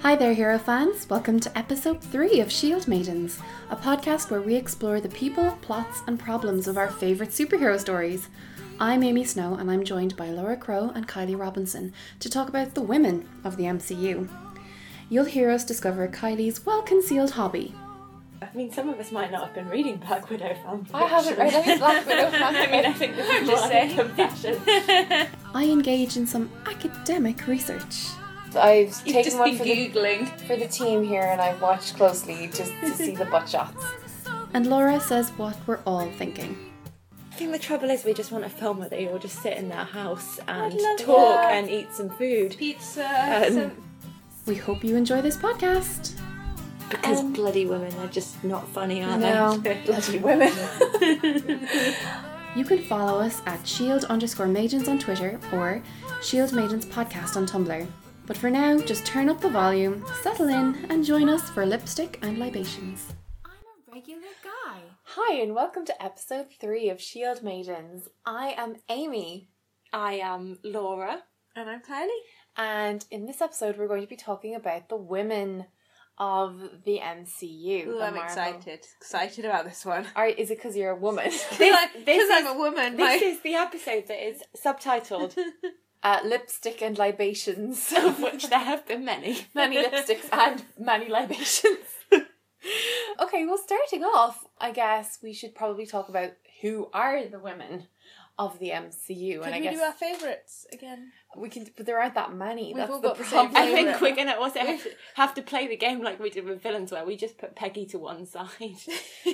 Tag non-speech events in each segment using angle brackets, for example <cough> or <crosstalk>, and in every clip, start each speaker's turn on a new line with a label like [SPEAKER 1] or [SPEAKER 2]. [SPEAKER 1] Hi there, Hero fans! Welcome to episode 3 of Shield E Maidens, a podcast where we explore the people, plots, and problems of our favourite superhero stories. I'm Amy Snow, and I'm joined by Laura Crow and Kylie Robinson to talk about the women of the MCU. You'll hear us discover Kylie's well concealed hobby.
[SPEAKER 2] I mean, some of us might not have been reading Black Widow fan
[SPEAKER 3] I haven't
[SPEAKER 4] <laughs>
[SPEAKER 3] read any Black Widow fanfiction.
[SPEAKER 2] I mean, I <laughs> think this
[SPEAKER 3] just
[SPEAKER 2] is just a
[SPEAKER 3] saying.
[SPEAKER 2] confession.
[SPEAKER 1] I engage in some academic research.
[SPEAKER 3] I've
[SPEAKER 4] You've
[SPEAKER 3] taken
[SPEAKER 4] just
[SPEAKER 3] one
[SPEAKER 4] been
[SPEAKER 3] for the,
[SPEAKER 4] googling.
[SPEAKER 3] for the team here and I've watched closely just to see the butt shots.
[SPEAKER 1] And Laura says what we're all thinking.
[SPEAKER 2] I think the trouble is we just want a film where they all just sit in their house and
[SPEAKER 4] love
[SPEAKER 2] talk
[SPEAKER 4] that.
[SPEAKER 2] and eat some food.
[SPEAKER 4] Pizza.
[SPEAKER 2] Um,
[SPEAKER 4] some-
[SPEAKER 1] We hope you enjoy this podcast.
[SPEAKER 2] Because bloody women are just not funny, are <laughs>
[SPEAKER 1] No.
[SPEAKER 2] they?
[SPEAKER 3] Bloody women.
[SPEAKER 1] You can follow us at shield underscore maidens on Twitter or shield maidens podcast on Tumblr. But for now, just turn up the volume, settle in, and join us for lipstick and libations. I'm a regular guy. Hi, and welcome to episode three of Shield Maidens. I am Amy,
[SPEAKER 3] I am Laura.
[SPEAKER 2] And I'm Kylie.
[SPEAKER 1] and in this episode, we're going to be talking about the women of the MCU.
[SPEAKER 4] Ooh,
[SPEAKER 1] the
[SPEAKER 4] I'm
[SPEAKER 1] Marvel-
[SPEAKER 4] <laughs> excited. Excited about this one.
[SPEAKER 1] Are, is it because you're a
[SPEAKER 4] <laughs>
[SPEAKER 1] woman?
[SPEAKER 4] Because I'm a woman.
[SPEAKER 2] This
[SPEAKER 4] My,
[SPEAKER 2] is the episode that is subtitled.
[SPEAKER 1] uh, lipstick and libations.
[SPEAKER 2] of which there have been many.
[SPEAKER 1] many lipsticks and many libations. okay, well, starting off, I guess we should probably talk about who are the women of the MCU,
[SPEAKER 4] Could
[SPEAKER 1] and I
[SPEAKER 4] we
[SPEAKER 1] guess
[SPEAKER 4] do our favourites again?
[SPEAKER 1] we can, but there aren't that many.
[SPEAKER 4] We've
[SPEAKER 1] That's
[SPEAKER 4] all
[SPEAKER 1] the
[SPEAKER 4] got the same
[SPEAKER 1] problem.
[SPEAKER 2] I think <laughs>
[SPEAKER 4] favourite.
[SPEAKER 2] we're gonna also have to, have to play the game like we did with villains, where we just put Peggy to one side.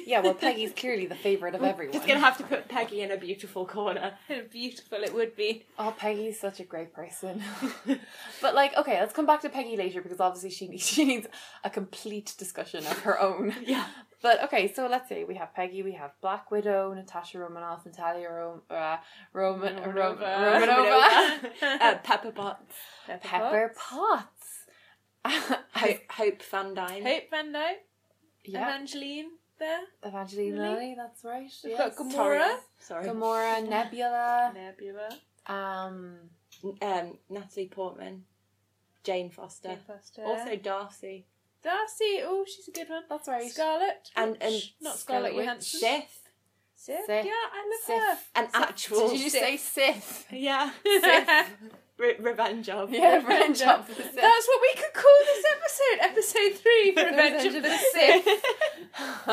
[SPEAKER 1] yeah, well, Peggy's clearly the favorite of everyone.
[SPEAKER 2] Just gonna have to put Peggy in a beautiful
[SPEAKER 4] <laughs>
[SPEAKER 2] corner.
[SPEAKER 4] Beautiful it would be.
[SPEAKER 1] Oh, Peggy's such a great person. <laughs> but like, okay, let's come back to Peggy later because obviously she needs, <laughs> she needs a complete discussion of her own.
[SPEAKER 2] Yeah.
[SPEAKER 1] But okay, so let's say we have Peggy, we have Black Widow, Natasha Romanoff, Natalia Rom- uh, Roman
[SPEAKER 2] <laughs>
[SPEAKER 1] uh, Rom-
[SPEAKER 4] Romanova.
[SPEAKER 1] Romanova,
[SPEAKER 4] <laughs>
[SPEAKER 2] uh, Pepper Potts,
[SPEAKER 1] Pepper Potts. <laughs>
[SPEAKER 2] Hope, Hope Van Dyne.
[SPEAKER 4] Hope Van Dyne.
[SPEAKER 1] yeah,
[SPEAKER 4] Evangeline there.
[SPEAKER 1] Evangeline Lilly, that's right.
[SPEAKER 4] We've
[SPEAKER 1] yes.
[SPEAKER 4] got Gamora.
[SPEAKER 2] Sorry.
[SPEAKER 1] Gamora, Nebula,
[SPEAKER 4] Nebula.
[SPEAKER 1] um,
[SPEAKER 2] um, Natalie Portman, Jane Foster,
[SPEAKER 4] Jane Foster.
[SPEAKER 2] also Darcy,
[SPEAKER 4] Darcy. Oh, she's a good one.
[SPEAKER 1] that's right.
[SPEAKER 4] Scarlet.
[SPEAKER 2] and and
[SPEAKER 4] Not Scarlet
[SPEAKER 1] Scarlet
[SPEAKER 4] Johansson.
[SPEAKER 2] Sith,
[SPEAKER 4] Sith.
[SPEAKER 1] Sith.
[SPEAKER 4] Yeah, I love
[SPEAKER 1] Sith.
[SPEAKER 4] her.
[SPEAKER 2] an
[SPEAKER 1] Sith.
[SPEAKER 2] actual
[SPEAKER 1] Did you just say Sith?
[SPEAKER 2] yeah,
[SPEAKER 4] Sith.
[SPEAKER 2] Re- revenge of
[SPEAKER 1] <laughs>
[SPEAKER 2] <laughs>
[SPEAKER 1] Yeah, revenge of the Sith.
[SPEAKER 4] <laughs> That's what we could call this episode, episode
[SPEAKER 2] <laughs>
[SPEAKER 4] three,
[SPEAKER 1] The
[SPEAKER 4] <laughs> Revenge of the Sith.
[SPEAKER 1] <laughs>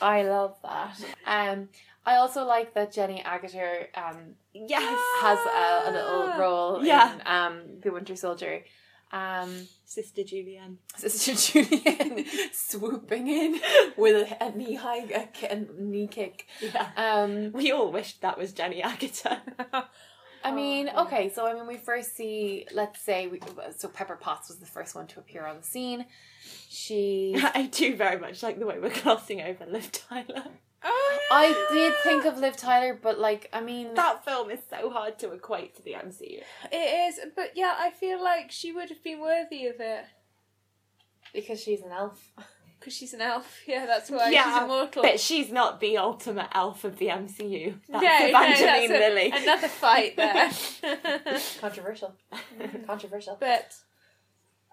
[SPEAKER 1] I love that. Um, I also like that Jenny Agutter um,
[SPEAKER 2] yes,
[SPEAKER 1] has a, a little role
[SPEAKER 2] Ah. Yeah.
[SPEAKER 1] in um, The Winter Soldier. Um,
[SPEAKER 2] Sister Julianne.
[SPEAKER 1] Sister <laughs> Julian swooping in with a, a knee high a, ki- a knee kick.
[SPEAKER 2] Yeah,
[SPEAKER 1] Um,
[SPEAKER 2] we all wished that was Jenny <laughs> Agutter.
[SPEAKER 1] I mean,
[SPEAKER 4] Oh.
[SPEAKER 1] okay, so I mean, we first see, let's say, we, so Pepper Potts was the first one to appear on the scene.
[SPEAKER 2] <laughs>
[SPEAKER 1] She.
[SPEAKER 2] I do very much like the way we're glossing over Liv Tyler.
[SPEAKER 4] Oh, yeah.
[SPEAKER 1] I did think of Liv Tyler, but like, I mean,
[SPEAKER 2] That film is so hard to equate to the MCU.
[SPEAKER 4] it is, but yeah, I feel like she would have been worthy of it
[SPEAKER 1] because she's an elf.
[SPEAKER 4] because she's an elf. <laughs> Yeah, that's why she's
[SPEAKER 2] Yeah,
[SPEAKER 4] immortal.
[SPEAKER 2] But she's not the ultimate elf of the MCU. That's
[SPEAKER 4] No, no,
[SPEAKER 2] Evangeline
[SPEAKER 4] that's a-
[SPEAKER 2] Lilly. <laughs>
[SPEAKER 4] Another fight there.
[SPEAKER 1] Controversial. Controversial.
[SPEAKER 4] but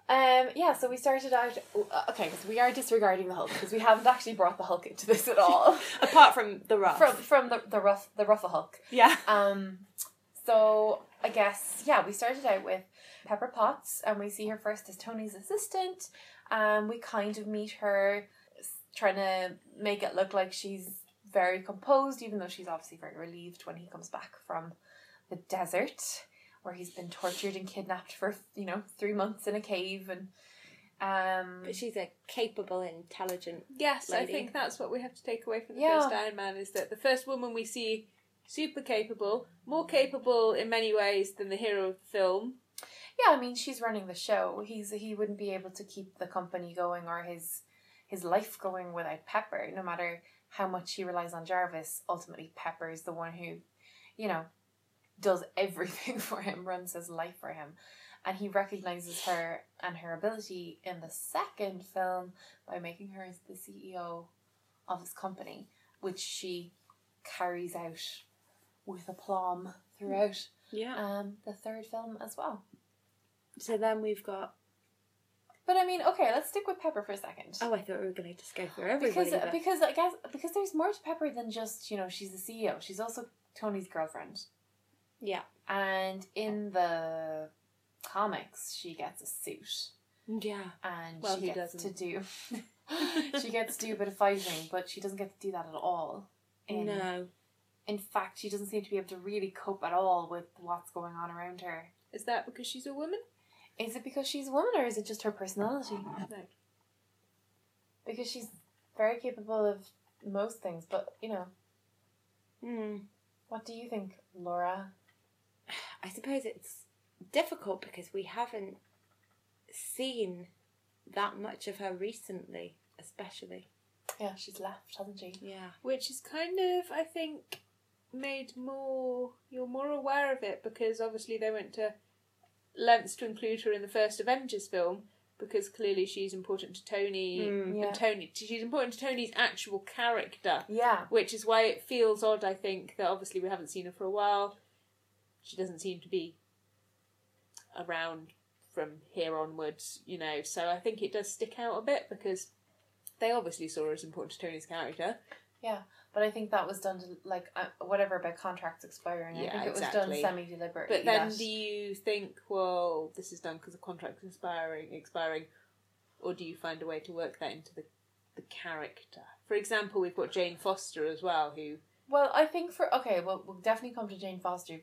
[SPEAKER 1] Um, yeah, so we started out. uh, Okay, so we are disregarding the Hulk because we haven't actually brought the Hulk into this at all.
[SPEAKER 2] Apart from the rough.
[SPEAKER 1] from from the the rough the rougher Hulk.
[SPEAKER 2] yeah.
[SPEAKER 1] Um, so I guess yeah, we started out with Pepper Potts, and we see her first as Tony's assistant. Um, we kind of meet her s- trying to make it look like she's very composed, even though she's obviously very relieved when he comes back from the desert where he's been tortured and kidnapped for you know three months in a cave and. Um,
[SPEAKER 2] But she's a capable, intelligent.
[SPEAKER 4] yes, I
[SPEAKER 2] Lady.
[SPEAKER 4] think that's what we have to take away from the
[SPEAKER 1] Yeah.
[SPEAKER 4] first Iron Man is that the first woman we see super capable, more capable in many ways than the hero of the film.
[SPEAKER 1] Yeah, I mean, she's running the show. He's he wouldn't be able to keep the company going or his his life going without Pepper. No matter how much he relies on Jarvis, ultimately Pepper is the one who, you know, does <laughs> everything for him, runs his life for him. And he recognizes her and her ability in the second film by making her as the CEO of his company, which she carries out with aplomb throughout
[SPEAKER 2] Yeah.
[SPEAKER 1] um, the third film as well.
[SPEAKER 2] So then we've got
[SPEAKER 1] But I mean, okay, let's stick with Pepper for a second.
[SPEAKER 2] Oh, I thought we were going to just go through everybody.
[SPEAKER 1] because uh,
[SPEAKER 2] but-
[SPEAKER 1] because I guess because there's more to Pepper than just you know she's the CEO. She's also Tony's girlfriend,
[SPEAKER 2] yeah.
[SPEAKER 1] and in the comics, she gets a suit
[SPEAKER 2] Yeah.
[SPEAKER 1] and
[SPEAKER 4] Well,
[SPEAKER 1] she
[SPEAKER 4] who
[SPEAKER 1] gets
[SPEAKER 4] doesn't?
[SPEAKER 2] <laughs>
[SPEAKER 1] to do <laughs> she gets to do a bit of fighting, but she doesn't get to do that at all. In,
[SPEAKER 2] No.
[SPEAKER 1] in fact, she doesn't seem to be able to really cope at all with what's going on around her.
[SPEAKER 4] Is that because she's a woman?
[SPEAKER 1] Is it because she's a woman or is it just her personality?
[SPEAKER 4] No.
[SPEAKER 1] Because she's very capable of most things, but you know,
[SPEAKER 2] Hmm.
[SPEAKER 1] what do you think, Laura?
[SPEAKER 2] I suppose it's difficult because we haven't seen that much of her recently, especially.
[SPEAKER 1] Yeah, she's left, hasn't she?
[SPEAKER 2] Yeah.
[SPEAKER 4] Which is kind of, I think, made more. You're more aware of it because obviously they went to lengths to include her in the first Avengers film because clearly she's important to Tony.
[SPEAKER 1] Mm, Yeah.
[SPEAKER 4] And Tony, she's important to Tony's actual character,
[SPEAKER 1] Yeah.
[SPEAKER 4] which is why it feels odd. I think that obviously we haven't seen her for a while. She doesn't seem to be around from here onwards, you know. So I think it does stick out a bit because they obviously saw her as important to Tony's character.
[SPEAKER 1] But I think that was done to, like, uh, whatever about contracts expiring. I
[SPEAKER 4] Yeah,
[SPEAKER 1] think it was
[SPEAKER 4] exactly.
[SPEAKER 1] done semi deliberately.
[SPEAKER 4] But then, do you think, well, this is done because the contract's expiring, expiring, or do you find a way to work that into the the character? For example, we've got Jane Foster as well, who
[SPEAKER 1] Well, I think for okay, well, we'll definitely come to Jane Foster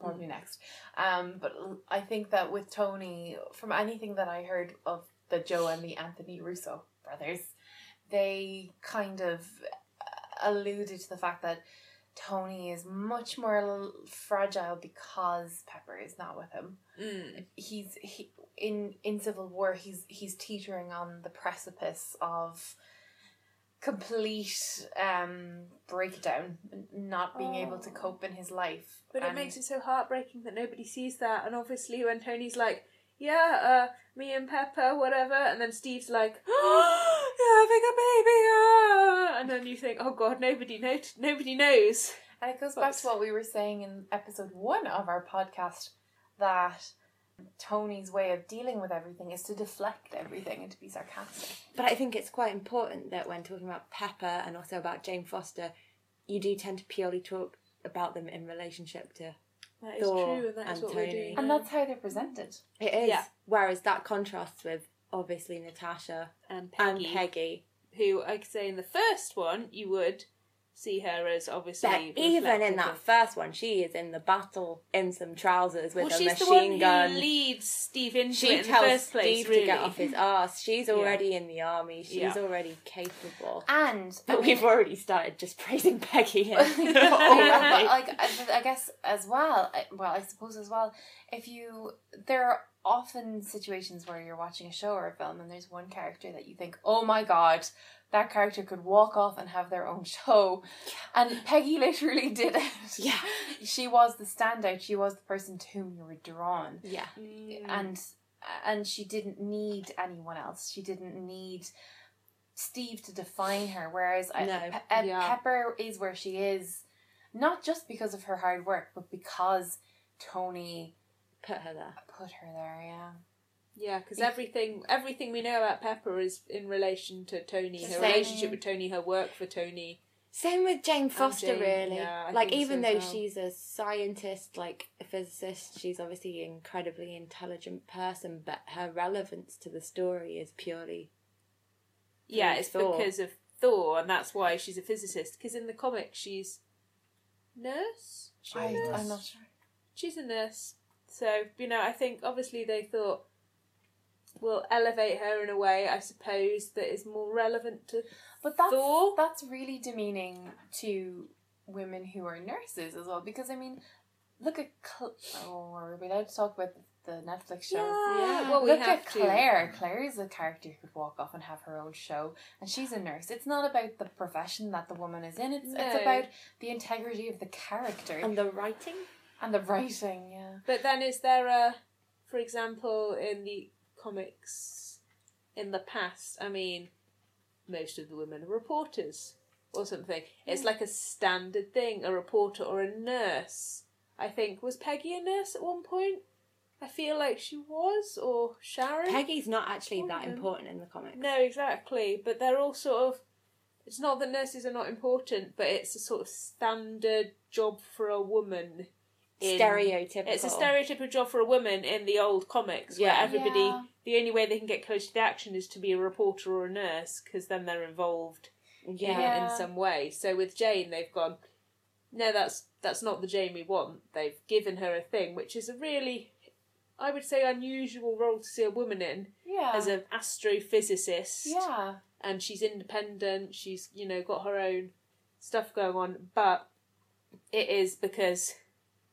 [SPEAKER 1] probably next. Um, but l- I think that with Tony, from anything that I heard of the Joe and the Anthony Russo brothers, they kind of uh, alluded to the fact that Tony is much more l- fragile because Pepper is not with him.
[SPEAKER 2] Mm.
[SPEAKER 1] He's he in in Civil War. He's he's teetering on the precipice of complete um breakdown n- not being able to
[SPEAKER 4] Oh.
[SPEAKER 1] cope in his life
[SPEAKER 4] But it
[SPEAKER 1] And-
[SPEAKER 4] makes it so heartbreaking that nobody sees that. And obviously, when Tony's like, yeah, uh, me and Pepper, whatever, and then Steve's like, <gasps> oh, you're having a baby, ah!" and then you think, oh god, nobody no- nobody knows.
[SPEAKER 1] and it goes back
[SPEAKER 4] But-
[SPEAKER 1] to what we were saying in episode one of our podcast that tony's way of dealing with everything is to deflect everything and to be sarcastic
[SPEAKER 2] But I think it's quite important that when talking about Pepper and also about Jane Foster, you do tend to purely talk about them in relationship to
[SPEAKER 4] That
[SPEAKER 2] is Thor true, and that is and what we're
[SPEAKER 4] we do.
[SPEAKER 2] Tony. doing
[SPEAKER 1] and that's how they're presented
[SPEAKER 2] it is.
[SPEAKER 4] Yeah.
[SPEAKER 2] Whereas that contrasts with obviously Natasha
[SPEAKER 4] and Peggy,
[SPEAKER 2] and Peggy.
[SPEAKER 4] who I could say in the first one you would see her as obviously
[SPEAKER 2] But even in
[SPEAKER 4] reflective
[SPEAKER 2] that
[SPEAKER 4] of-
[SPEAKER 2] first one, she is in the battle in some trousers with
[SPEAKER 4] well,
[SPEAKER 2] a
[SPEAKER 4] she's the
[SPEAKER 2] machine
[SPEAKER 4] one
[SPEAKER 2] gun.
[SPEAKER 4] who leads Steve into
[SPEAKER 2] she
[SPEAKER 4] it in the
[SPEAKER 2] tells
[SPEAKER 4] first
[SPEAKER 2] Steve
[SPEAKER 4] place.
[SPEAKER 2] to
[SPEAKER 4] really.
[SPEAKER 2] get off
[SPEAKER 4] <laughs>
[SPEAKER 2] his ass. She's
[SPEAKER 4] Yeah.
[SPEAKER 2] already in the army. She's
[SPEAKER 4] Yeah.
[SPEAKER 2] already capable.
[SPEAKER 1] and I
[SPEAKER 2] But
[SPEAKER 1] mean-
[SPEAKER 2] we've already started
[SPEAKER 4] <laughs>
[SPEAKER 2] just praising Peggy <laughs> here.
[SPEAKER 1] <laughs> Oh,
[SPEAKER 4] Right.
[SPEAKER 1] but like I, but I guess as well. I, well, I suppose as well. If you there are often situations where you're watching a show or a film and there's one character that you think, oh my god, that character could walk off and have their own <laughs> show, and Peggy literally did it.
[SPEAKER 2] Yeah.
[SPEAKER 1] she was the standout. She was the person to whom you were drawn
[SPEAKER 2] yeah.
[SPEAKER 4] Mm.
[SPEAKER 1] and and she didn't need anyone else. She didn't need Steve to define her. Whereas I,
[SPEAKER 2] No,
[SPEAKER 1] Pe- uh,
[SPEAKER 4] yeah.
[SPEAKER 1] Pepper is where she is, not just because of her hard work, but because Tony
[SPEAKER 2] Put her there.
[SPEAKER 1] put her there. Yeah,
[SPEAKER 4] Yeah, because
[SPEAKER 1] Yeah.
[SPEAKER 4] everything everything we know about Pepper is in relation to Tony, her
[SPEAKER 2] Same.
[SPEAKER 4] relationship with Tony, her work for Tony.
[SPEAKER 2] Same with Jane Foster,
[SPEAKER 4] Jane,
[SPEAKER 2] really.
[SPEAKER 4] yeah, I
[SPEAKER 2] like,
[SPEAKER 4] think so
[SPEAKER 2] even
[SPEAKER 4] as
[SPEAKER 2] though
[SPEAKER 4] well.
[SPEAKER 2] she's a scientist, like a physicist, she's obviously an incredibly intelligent person, but her relevance to the story is purely.
[SPEAKER 4] Yeah,
[SPEAKER 2] Through
[SPEAKER 4] it's
[SPEAKER 2] Thor.
[SPEAKER 4] because of Thor, and that's why she's a physicist. Because in the comic, she's nurse. She a
[SPEAKER 1] I,
[SPEAKER 4] nurse?
[SPEAKER 1] I'm not sure.
[SPEAKER 4] She's a nurse, so you know. I think obviously they thought we'll elevate her in a way. I suppose that is more relevant to
[SPEAKER 1] But that's
[SPEAKER 4] Thor?
[SPEAKER 1] that's really demeaning to women who are nurses as well. Because I mean, look at Cl- oh, are we allowed to talk about the Netflix show?
[SPEAKER 2] Yeah.
[SPEAKER 4] Ah, Well, we
[SPEAKER 1] Look
[SPEAKER 4] have
[SPEAKER 1] at
[SPEAKER 4] to.
[SPEAKER 1] Claire. Claire is a character who could walk off and have her own show, and she's a nurse. It's not about the profession that the woman is in. It's it's
[SPEAKER 4] No.
[SPEAKER 1] about the integrity of the character
[SPEAKER 2] And the writing?
[SPEAKER 1] and the writing. Yeah,
[SPEAKER 4] But then, is there a, for example, in the comics in the past, I mean, most of the women are reporters or something. It's like a standard thing a reporter or a nurse. I think, was Peggy a nurse at one point? I feel like she was, or Sharon.
[SPEAKER 2] Peggy's not actually that
[SPEAKER 4] Corbin.
[SPEAKER 2] important in the comics.
[SPEAKER 4] No, exactly. But they're all sort of. It's not that nurses are not important, but it's a sort of standard job for a woman. in-
[SPEAKER 2] stereotypical.
[SPEAKER 4] It's a stereotypical job for a woman in the old comics where
[SPEAKER 2] Yeah.
[SPEAKER 4] everybody.
[SPEAKER 1] Yeah.
[SPEAKER 4] The only way they can get close to the action is to be a reporter or a nurse because then they're involved in
[SPEAKER 2] Yeah.
[SPEAKER 1] Yeah.
[SPEAKER 4] it in some way. So with Jane, they've gone. No, that's that's not the Jane we want. They've given her a thing, which is a really, I would say, unusual role to see a woman in
[SPEAKER 1] Yeah.
[SPEAKER 4] as an astrophysicist
[SPEAKER 1] yeah.
[SPEAKER 4] and she's independent. She's you know got her own stuff going on, but it is because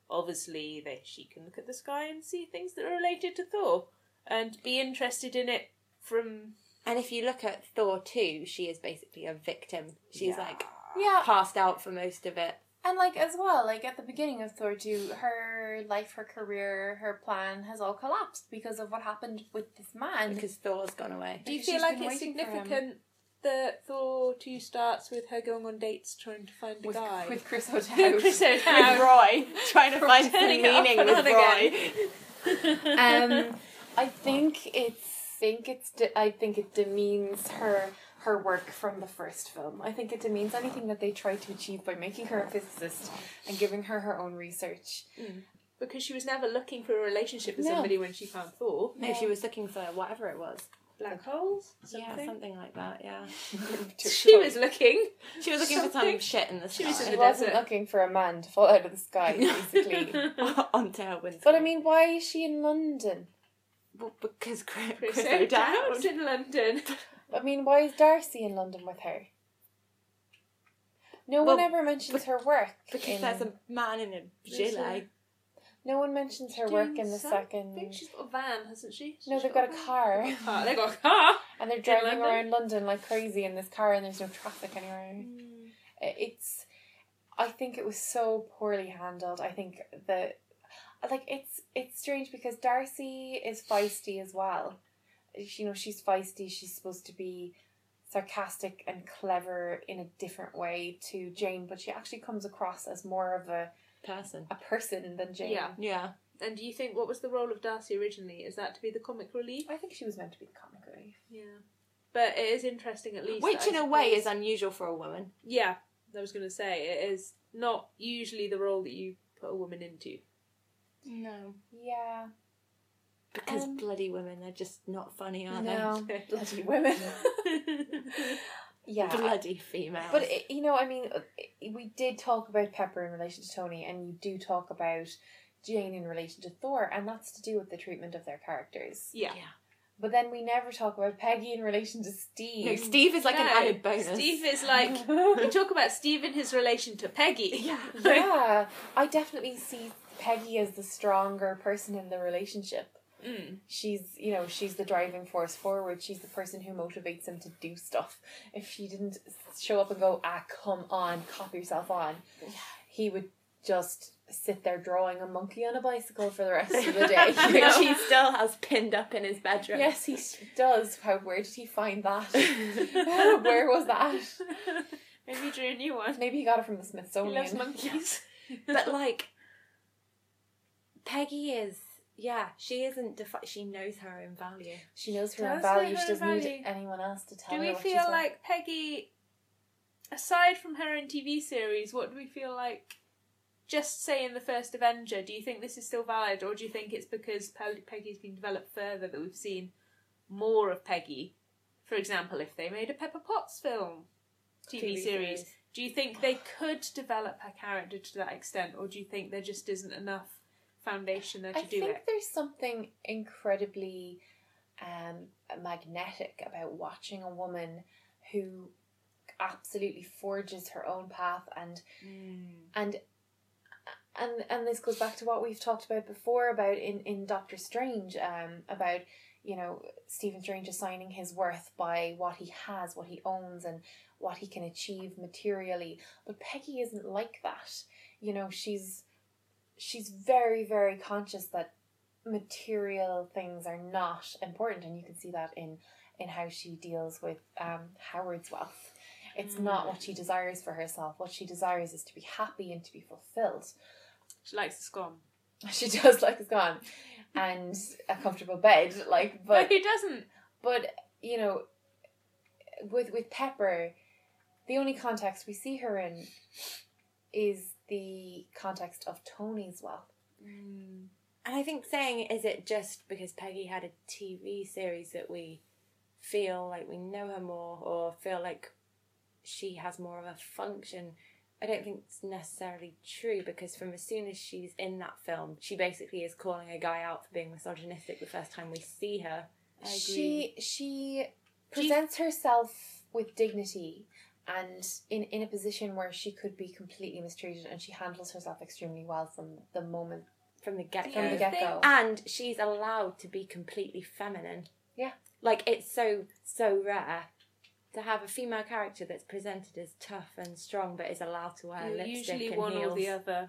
[SPEAKER 4] obviously that she can look at the sky and see things that are related to Thor and be interested in it from
[SPEAKER 2] And if you look at Thor 2, she is basically a victim. She's like
[SPEAKER 1] Yeah.
[SPEAKER 2] passed out for most of it.
[SPEAKER 1] And like as well, like at the beginning of Thor two, her life, her career, her plan has all collapsed because of what happened with this man.
[SPEAKER 2] because Thor's gone away.
[SPEAKER 4] Do you
[SPEAKER 1] Because
[SPEAKER 4] feel
[SPEAKER 1] she's
[SPEAKER 4] like
[SPEAKER 1] been
[SPEAKER 4] it's
[SPEAKER 1] waiting for him.
[SPEAKER 4] significant that Thor two starts with her going on dates trying to find a
[SPEAKER 1] with,
[SPEAKER 4] guy? <laughs>
[SPEAKER 1] with <laughs> Chris O'Dowd. <laughs>
[SPEAKER 2] <laughs>
[SPEAKER 4] Chris
[SPEAKER 2] With
[SPEAKER 4] O'Dowd.
[SPEAKER 2] Roy, trying to find some
[SPEAKER 4] Turning it off
[SPEAKER 2] meaning
[SPEAKER 4] and
[SPEAKER 2] with
[SPEAKER 4] on
[SPEAKER 2] Roy.
[SPEAKER 4] again.
[SPEAKER 1] um, <laughs> I think it's think it's de- I think it demeans her her work from the first film. I think it demeans anything that they tried to achieve by making her a physicist and giving her her own research.
[SPEAKER 4] because she was never looking for a relationship with
[SPEAKER 1] No.
[SPEAKER 4] somebody when she found Thor.
[SPEAKER 2] No, she was looking for whatever it was.
[SPEAKER 4] Black holes?
[SPEAKER 2] Yeah, something like that, yeah.
[SPEAKER 4] <laughs> She was looking.
[SPEAKER 2] She was looking for some
[SPEAKER 4] Something.
[SPEAKER 2] shit in the
[SPEAKER 4] She was
[SPEAKER 2] sky.
[SPEAKER 1] She
[SPEAKER 4] the
[SPEAKER 1] wasn't
[SPEAKER 4] desert.
[SPEAKER 1] looking for a man to fall out of the sky, basically.
[SPEAKER 4] <laughs>
[SPEAKER 2] <laughs> Onto her windscreen.
[SPEAKER 1] but I mean, why is she in London?
[SPEAKER 2] Well, because Chris,
[SPEAKER 4] Chris
[SPEAKER 2] Chris
[SPEAKER 4] O'Dowd
[SPEAKER 2] O'Dowd. <laughs>
[SPEAKER 4] in London.
[SPEAKER 1] I mean, why is Darcy in London with her? No one
[SPEAKER 2] Well,
[SPEAKER 1] ever mentions her work.
[SPEAKER 2] Because
[SPEAKER 1] in-
[SPEAKER 2] there's a man in a
[SPEAKER 4] There's
[SPEAKER 2] gilet.
[SPEAKER 1] no one mentions her work in the second.
[SPEAKER 4] I think she's got a van, hasn't she?
[SPEAKER 1] No,
[SPEAKER 4] She's
[SPEAKER 1] they've got a
[SPEAKER 4] van.
[SPEAKER 1] car.
[SPEAKER 4] car. They got a car.
[SPEAKER 1] and they're driving
[SPEAKER 4] London?
[SPEAKER 1] around London like crazy in this car, and there's no traffic anywhere. I- It's, I think it was so poorly handled. I think that, like, it's it's strange because Darcy is feisty as well. You know, she's feisty. She's supposed to be sarcastic and clever in a different way to Jane, but she actually comes across as more of a,
[SPEAKER 2] Person.
[SPEAKER 1] a person than Jane.
[SPEAKER 4] Yeah.
[SPEAKER 2] Yeah.
[SPEAKER 4] And do you think what was the role of Darcy originally? Is that to be the comic relief?
[SPEAKER 1] I think she was meant to be the comic relief.
[SPEAKER 4] Yeah. But it is interesting at least.
[SPEAKER 2] Which,
[SPEAKER 4] that
[SPEAKER 2] in
[SPEAKER 4] I
[SPEAKER 2] a way,
[SPEAKER 4] suppose-
[SPEAKER 2] is unusual for a woman.
[SPEAKER 4] Yeah, I was going to say it is not usually the role that you put a
[SPEAKER 2] <laughs>
[SPEAKER 4] woman into.
[SPEAKER 2] No.
[SPEAKER 1] Yeah.
[SPEAKER 2] Because
[SPEAKER 1] Um,
[SPEAKER 2] bloody women, they're just not funny, are
[SPEAKER 1] No. Bloody women.
[SPEAKER 2] they?
[SPEAKER 1] yeah.
[SPEAKER 2] Bloody females.
[SPEAKER 1] But it, you know, I mean, uh, we did talk about Pepper in relation to Tony, and you do talk about Jane in relation to Thor, and that's to do with the treatment of their characters.
[SPEAKER 4] <laughs> yeah.
[SPEAKER 1] But then we never talk about Peggy in relation to Steve.
[SPEAKER 2] No, Steve is like an
[SPEAKER 4] No,
[SPEAKER 2] added bonus.
[SPEAKER 4] Steve is
[SPEAKER 2] <laughs>
[SPEAKER 4] like <laughs> we talk about Steve in his relation to Peggy.
[SPEAKER 2] Yeah.
[SPEAKER 1] <laughs>
[SPEAKER 4] <laughs>
[SPEAKER 1] yeah, I definitely see Peggy as the stronger person in the relationship.
[SPEAKER 4] Mm. <laughs>
[SPEAKER 1] She's, you know, she's the driving force forward. She's the person who motivates him to do stuff. If she didn't show up and go, ah, come on, cop yourself on, he would just sit there drawing a monkey on a bicycle for the rest of
[SPEAKER 4] <laughs>
[SPEAKER 1] the <laughs> day. you
[SPEAKER 2] Which
[SPEAKER 1] know?
[SPEAKER 2] he still has pinned up in his bedroom.
[SPEAKER 1] Yes, he s- does. How? Where did he find
[SPEAKER 4] <laughs>
[SPEAKER 1] that? <laughs> where was that?
[SPEAKER 4] Maybe drew a new one.
[SPEAKER 1] Maybe he got it from the
[SPEAKER 4] He
[SPEAKER 1] Smithsonian. <laughs>
[SPEAKER 4] loves monkeys. <laughs>
[SPEAKER 2] But like, Peggy is. Yeah, she isn't. Defi- she knows her own value.
[SPEAKER 1] She knows her own
[SPEAKER 4] Does know
[SPEAKER 1] value.
[SPEAKER 4] her
[SPEAKER 1] She doesn't
[SPEAKER 4] value.
[SPEAKER 1] need anyone else to tell
[SPEAKER 4] Do
[SPEAKER 1] her
[SPEAKER 4] we
[SPEAKER 1] what
[SPEAKER 4] feel
[SPEAKER 1] she's like.
[SPEAKER 4] like Peggy, aside from her in TV series, what do we feel like? Just say in the first Avenger, do you think this is still valid, or do you think it's because Pe- Peggy's been developed further that we've seen more of Peggy? For example, if they made a Pepper Potts film TV,
[SPEAKER 2] TV
[SPEAKER 4] series,
[SPEAKER 2] series.
[SPEAKER 4] do you think they could develop her character to that extent, or do you think there just isn't enough foundation there to
[SPEAKER 1] I
[SPEAKER 4] do
[SPEAKER 1] think
[SPEAKER 4] it?
[SPEAKER 1] there's something incredibly um, magnetic about watching a woman who absolutely forges her own path and and and and this goes back to what we've talked about before about in in Doctor Strange um about you know Stephen Strange assigning his worth by what he has what he owns and what he can achieve materially but Peggy isn't like that you know she's she's very very conscious that material things are not important and you can see that in in how she deals with um, Howard's wealth it's not what she desires for herself what she desires is to be happy and to be fulfilled
[SPEAKER 4] She likes the scum.
[SPEAKER 1] <laughs> She does like it's gone, and a comfortable bed. Like,
[SPEAKER 4] But
[SPEAKER 1] but
[SPEAKER 4] <laughs> who doesn't?
[SPEAKER 1] but you know, with with Pepper, the only context we see her in is the context of Tony's wealth.
[SPEAKER 2] And I think saying, is it just because Peggy had a TV series that we feel like we know her more or feel like she has more of a function? I don't think it's necessarily true because from as soon as she's in that film, she basically is calling a guy out for being misogynistic the first time we see her.
[SPEAKER 1] She she
[SPEAKER 4] Do you-
[SPEAKER 1] presents herself with dignity and in, in a position where she could be completely mistreated and she handles herself extremely well from the moment
[SPEAKER 2] from the get
[SPEAKER 1] from the
[SPEAKER 4] Yeah, I
[SPEAKER 2] go.
[SPEAKER 1] get go.
[SPEAKER 4] think-
[SPEAKER 2] And she's allowed to be completely feminine.
[SPEAKER 1] Yeah.
[SPEAKER 2] Like it's so so rare to have a female character that's presented as tough and strong but is allowed to wear
[SPEAKER 4] You
[SPEAKER 2] lipstick
[SPEAKER 4] usually
[SPEAKER 2] and
[SPEAKER 4] one
[SPEAKER 2] heels.
[SPEAKER 4] or the other,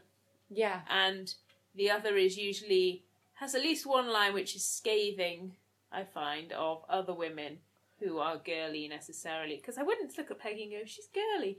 [SPEAKER 2] Yeah.
[SPEAKER 4] and the other is usually has at least one line which is scathing. I find of other women who are girly necessarily because I wouldn't look at Peggy and go she's girly,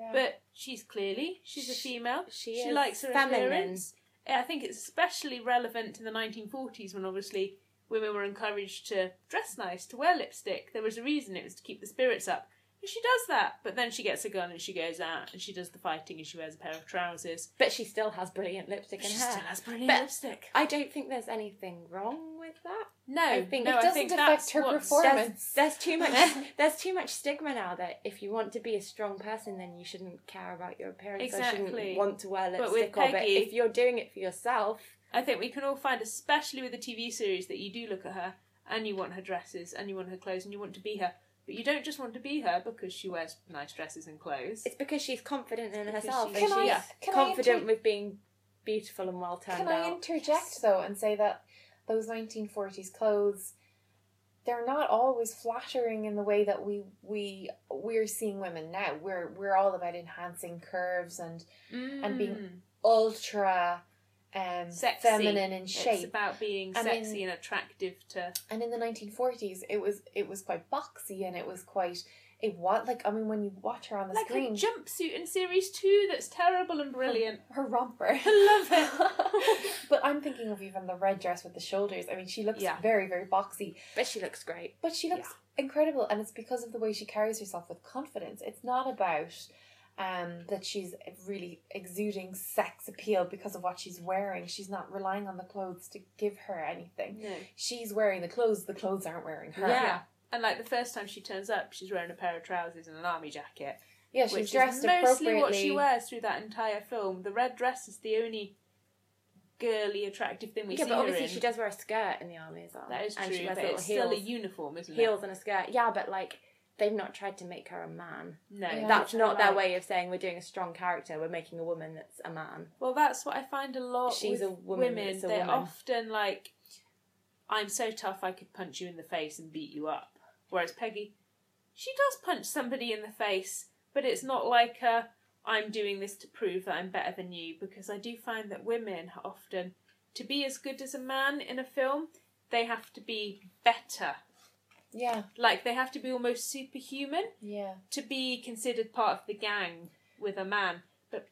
[SPEAKER 1] Yeah.
[SPEAKER 4] but she's clearly she's a
[SPEAKER 2] Sh-
[SPEAKER 4] female.
[SPEAKER 2] She,
[SPEAKER 4] she
[SPEAKER 2] is
[SPEAKER 4] likes her
[SPEAKER 2] feminine.
[SPEAKER 4] appearance. Yeah, I think it's especially relevant in the 1940s when obviously women were encouraged to dress nice, to wear lipstick. There was a reason it was to keep the spirits up. And she does that, but then she gets a gun and she goes out and she does the fighting and she wears a pair of trousers.
[SPEAKER 2] But she still has brilliant lipstick
[SPEAKER 4] She
[SPEAKER 2] in
[SPEAKER 4] still
[SPEAKER 2] her.
[SPEAKER 4] has brilliant
[SPEAKER 2] But-
[SPEAKER 4] lipstick.
[SPEAKER 2] I don't think there's anything wrong with that.
[SPEAKER 4] No,
[SPEAKER 2] I think-
[SPEAKER 4] no,
[SPEAKER 2] It
[SPEAKER 4] I
[SPEAKER 1] doesn't
[SPEAKER 4] think
[SPEAKER 1] affect
[SPEAKER 4] that's
[SPEAKER 1] her
[SPEAKER 4] what's-
[SPEAKER 1] performance.
[SPEAKER 2] There's, there's
[SPEAKER 4] <laughs>
[SPEAKER 2] too much there's too much stigma now that if you want to be a strong person then you shouldn't care about your appearance or
[SPEAKER 4] Exactly.
[SPEAKER 2] shouldn't want to wear
[SPEAKER 4] But with
[SPEAKER 2] lipstick or but
[SPEAKER 4] Peggy-
[SPEAKER 2] if you're doing it for yourself
[SPEAKER 4] I think we can all find, especially with the TV series, that you do look at her and you want her dresses and you want her clothes and you want to be her. But you don't just want to be her because she wears nice dresses and clothes.
[SPEAKER 2] It's because she's confident in
[SPEAKER 4] Because
[SPEAKER 2] herself.
[SPEAKER 4] she's-
[SPEAKER 2] and
[SPEAKER 1] can I,
[SPEAKER 2] she's
[SPEAKER 4] yeah,
[SPEAKER 1] can I
[SPEAKER 2] confident
[SPEAKER 1] inter-
[SPEAKER 2] with being beautiful and well turned
[SPEAKER 1] can I
[SPEAKER 2] out.
[SPEAKER 1] interject though and say that those 1940s clothes they're not always flattering in the way that we we we're seeing women now. We're we're all about enhancing curves and
[SPEAKER 4] Mm.
[SPEAKER 1] and being ultra um
[SPEAKER 4] Sexy.
[SPEAKER 1] feminine in
[SPEAKER 4] It's
[SPEAKER 1] shape.
[SPEAKER 4] about being
[SPEAKER 1] And in-
[SPEAKER 4] sexy and attractive to.
[SPEAKER 1] and in the 1940s it was it was quite boxy and it was quite it was like i mean when you watch her on the
[SPEAKER 4] Like
[SPEAKER 1] screen
[SPEAKER 4] a jumpsuit in series two that's terrible and brilliant.
[SPEAKER 1] her romper
[SPEAKER 4] <laughs> I love it.
[SPEAKER 1] <laughs> but i'm thinking of even the red dress with the shoulders i mean she looks
[SPEAKER 4] Yeah.
[SPEAKER 1] very very boxy
[SPEAKER 2] But she looks great.
[SPEAKER 1] but she looks incredible and it's because of the way she carries herself with confidence it's not about um, that she's really exuding sex appeal because of what she's wearing she's not relying on the clothes to give her anything
[SPEAKER 4] no.
[SPEAKER 1] she's wearing the clothes the clothes aren't wearing her
[SPEAKER 4] Yeah. And like the first time she turns up, she's wearing a pair of trousers and an army jacket.
[SPEAKER 1] Yeah, she's
[SPEAKER 4] which
[SPEAKER 1] dressed
[SPEAKER 4] is mostly
[SPEAKER 1] appropriately.
[SPEAKER 4] what she wears through that entire film. The red dress is the only girly, attractive thing we
[SPEAKER 2] yeah,
[SPEAKER 4] see
[SPEAKER 2] but
[SPEAKER 4] her
[SPEAKER 2] obviously
[SPEAKER 4] in.
[SPEAKER 2] she does wear a skirt in the army as well.
[SPEAKER 4] That is true,
[SPEAKER 2] and she wears
[SPEAKER 4] but
[SPEAKER 2] little
[SPEAKER 4] it's
[SPEAKER 2] heels,
[SPEAKER 4] still a uniform, isn't
[SPEAKER 2] heels and a skirt. Yeah, but like they've not tried to make her a man.
[SPEAKER 4] it? No,
[SPEAKER 1] Yeah.
[SPEAKER 2] That's
[SPEAKER 4] which I
[SPEAKER 2] not their
[SPEAKER 4] like.
[SPEAKER 2] way of saying we're doing a strong character. We're making a woman that's a man.
[SPEAKER 4] Well, that's what I find a lot
[SPEAKER 2] She's
[SPEAKER 4] with
[SPEAKER 2] a woman
[SPEAKER 4] women.
[SPEAKER 2] that's a
[SPEAKER 4] They're
[SPEAKER 2] woman.
[SPEAKER 4] often like, "I'm so tough, I could punch you in the face and beat you up." Whereas Peggy, she does punch somebody in the face, but it's not like a, "I'm doing this to prove that I'm better than you." Because I do find that women often, to be as good as a man in a film, they have to be better.
[SPEAKER 1] Yeah,
[SPEAKER 4] Like they have to be almost superhuman
[SPEAKER 1] yeah.
[SPEAKER 4] to be considered part of the gang with a man. But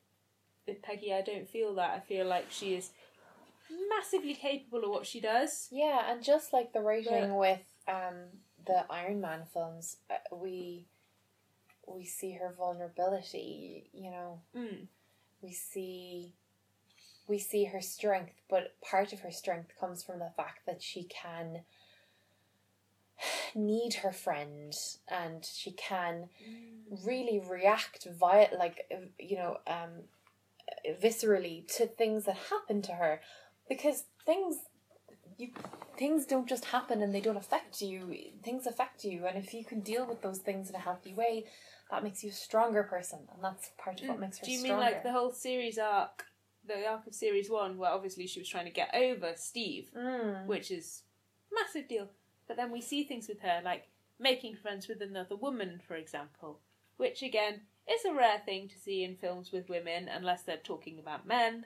[SPEAKER 4] with Peggy, I don't feel that. I feel like she is massively capable of what she does.
[SPEAKER 1] Yeah, and just like the rating
[SPEAKER 4] But-
[SPEAKER 1] with um the Iron Man films, uh, we we see her vulnerability, you know.
[SPEAKER 4] Mm.
[SPEAKER 1] We see we see her strength, but part of her strength comes from the fact that she can <sighs> need her friend and she can
[SPEAKER 4] Mm.
[SPEAKER 1] really react via like uh, you know um viscerally to things that happen to her because things you things don't just happen and they don't affect you things affect you and if you can deal with those things in a healthy way that makes you a stronger person and that's part of what
[SPEAKER 4] Mm.
[SPEAKER 1] makes her
[SPEAKER 4] Do you mean
[SPEAKER 1] stronger
[SPEAKER 4] like the whole series arc, the arc of series one, where obviously she was trying to get over Steve,
[SPEAKER 1] Mm.
[SPEAKER 4] which is massive deal. But then we see things with her like making friends with another woman, for example, which again is a rare thing to see in films with women unless they're talking about men.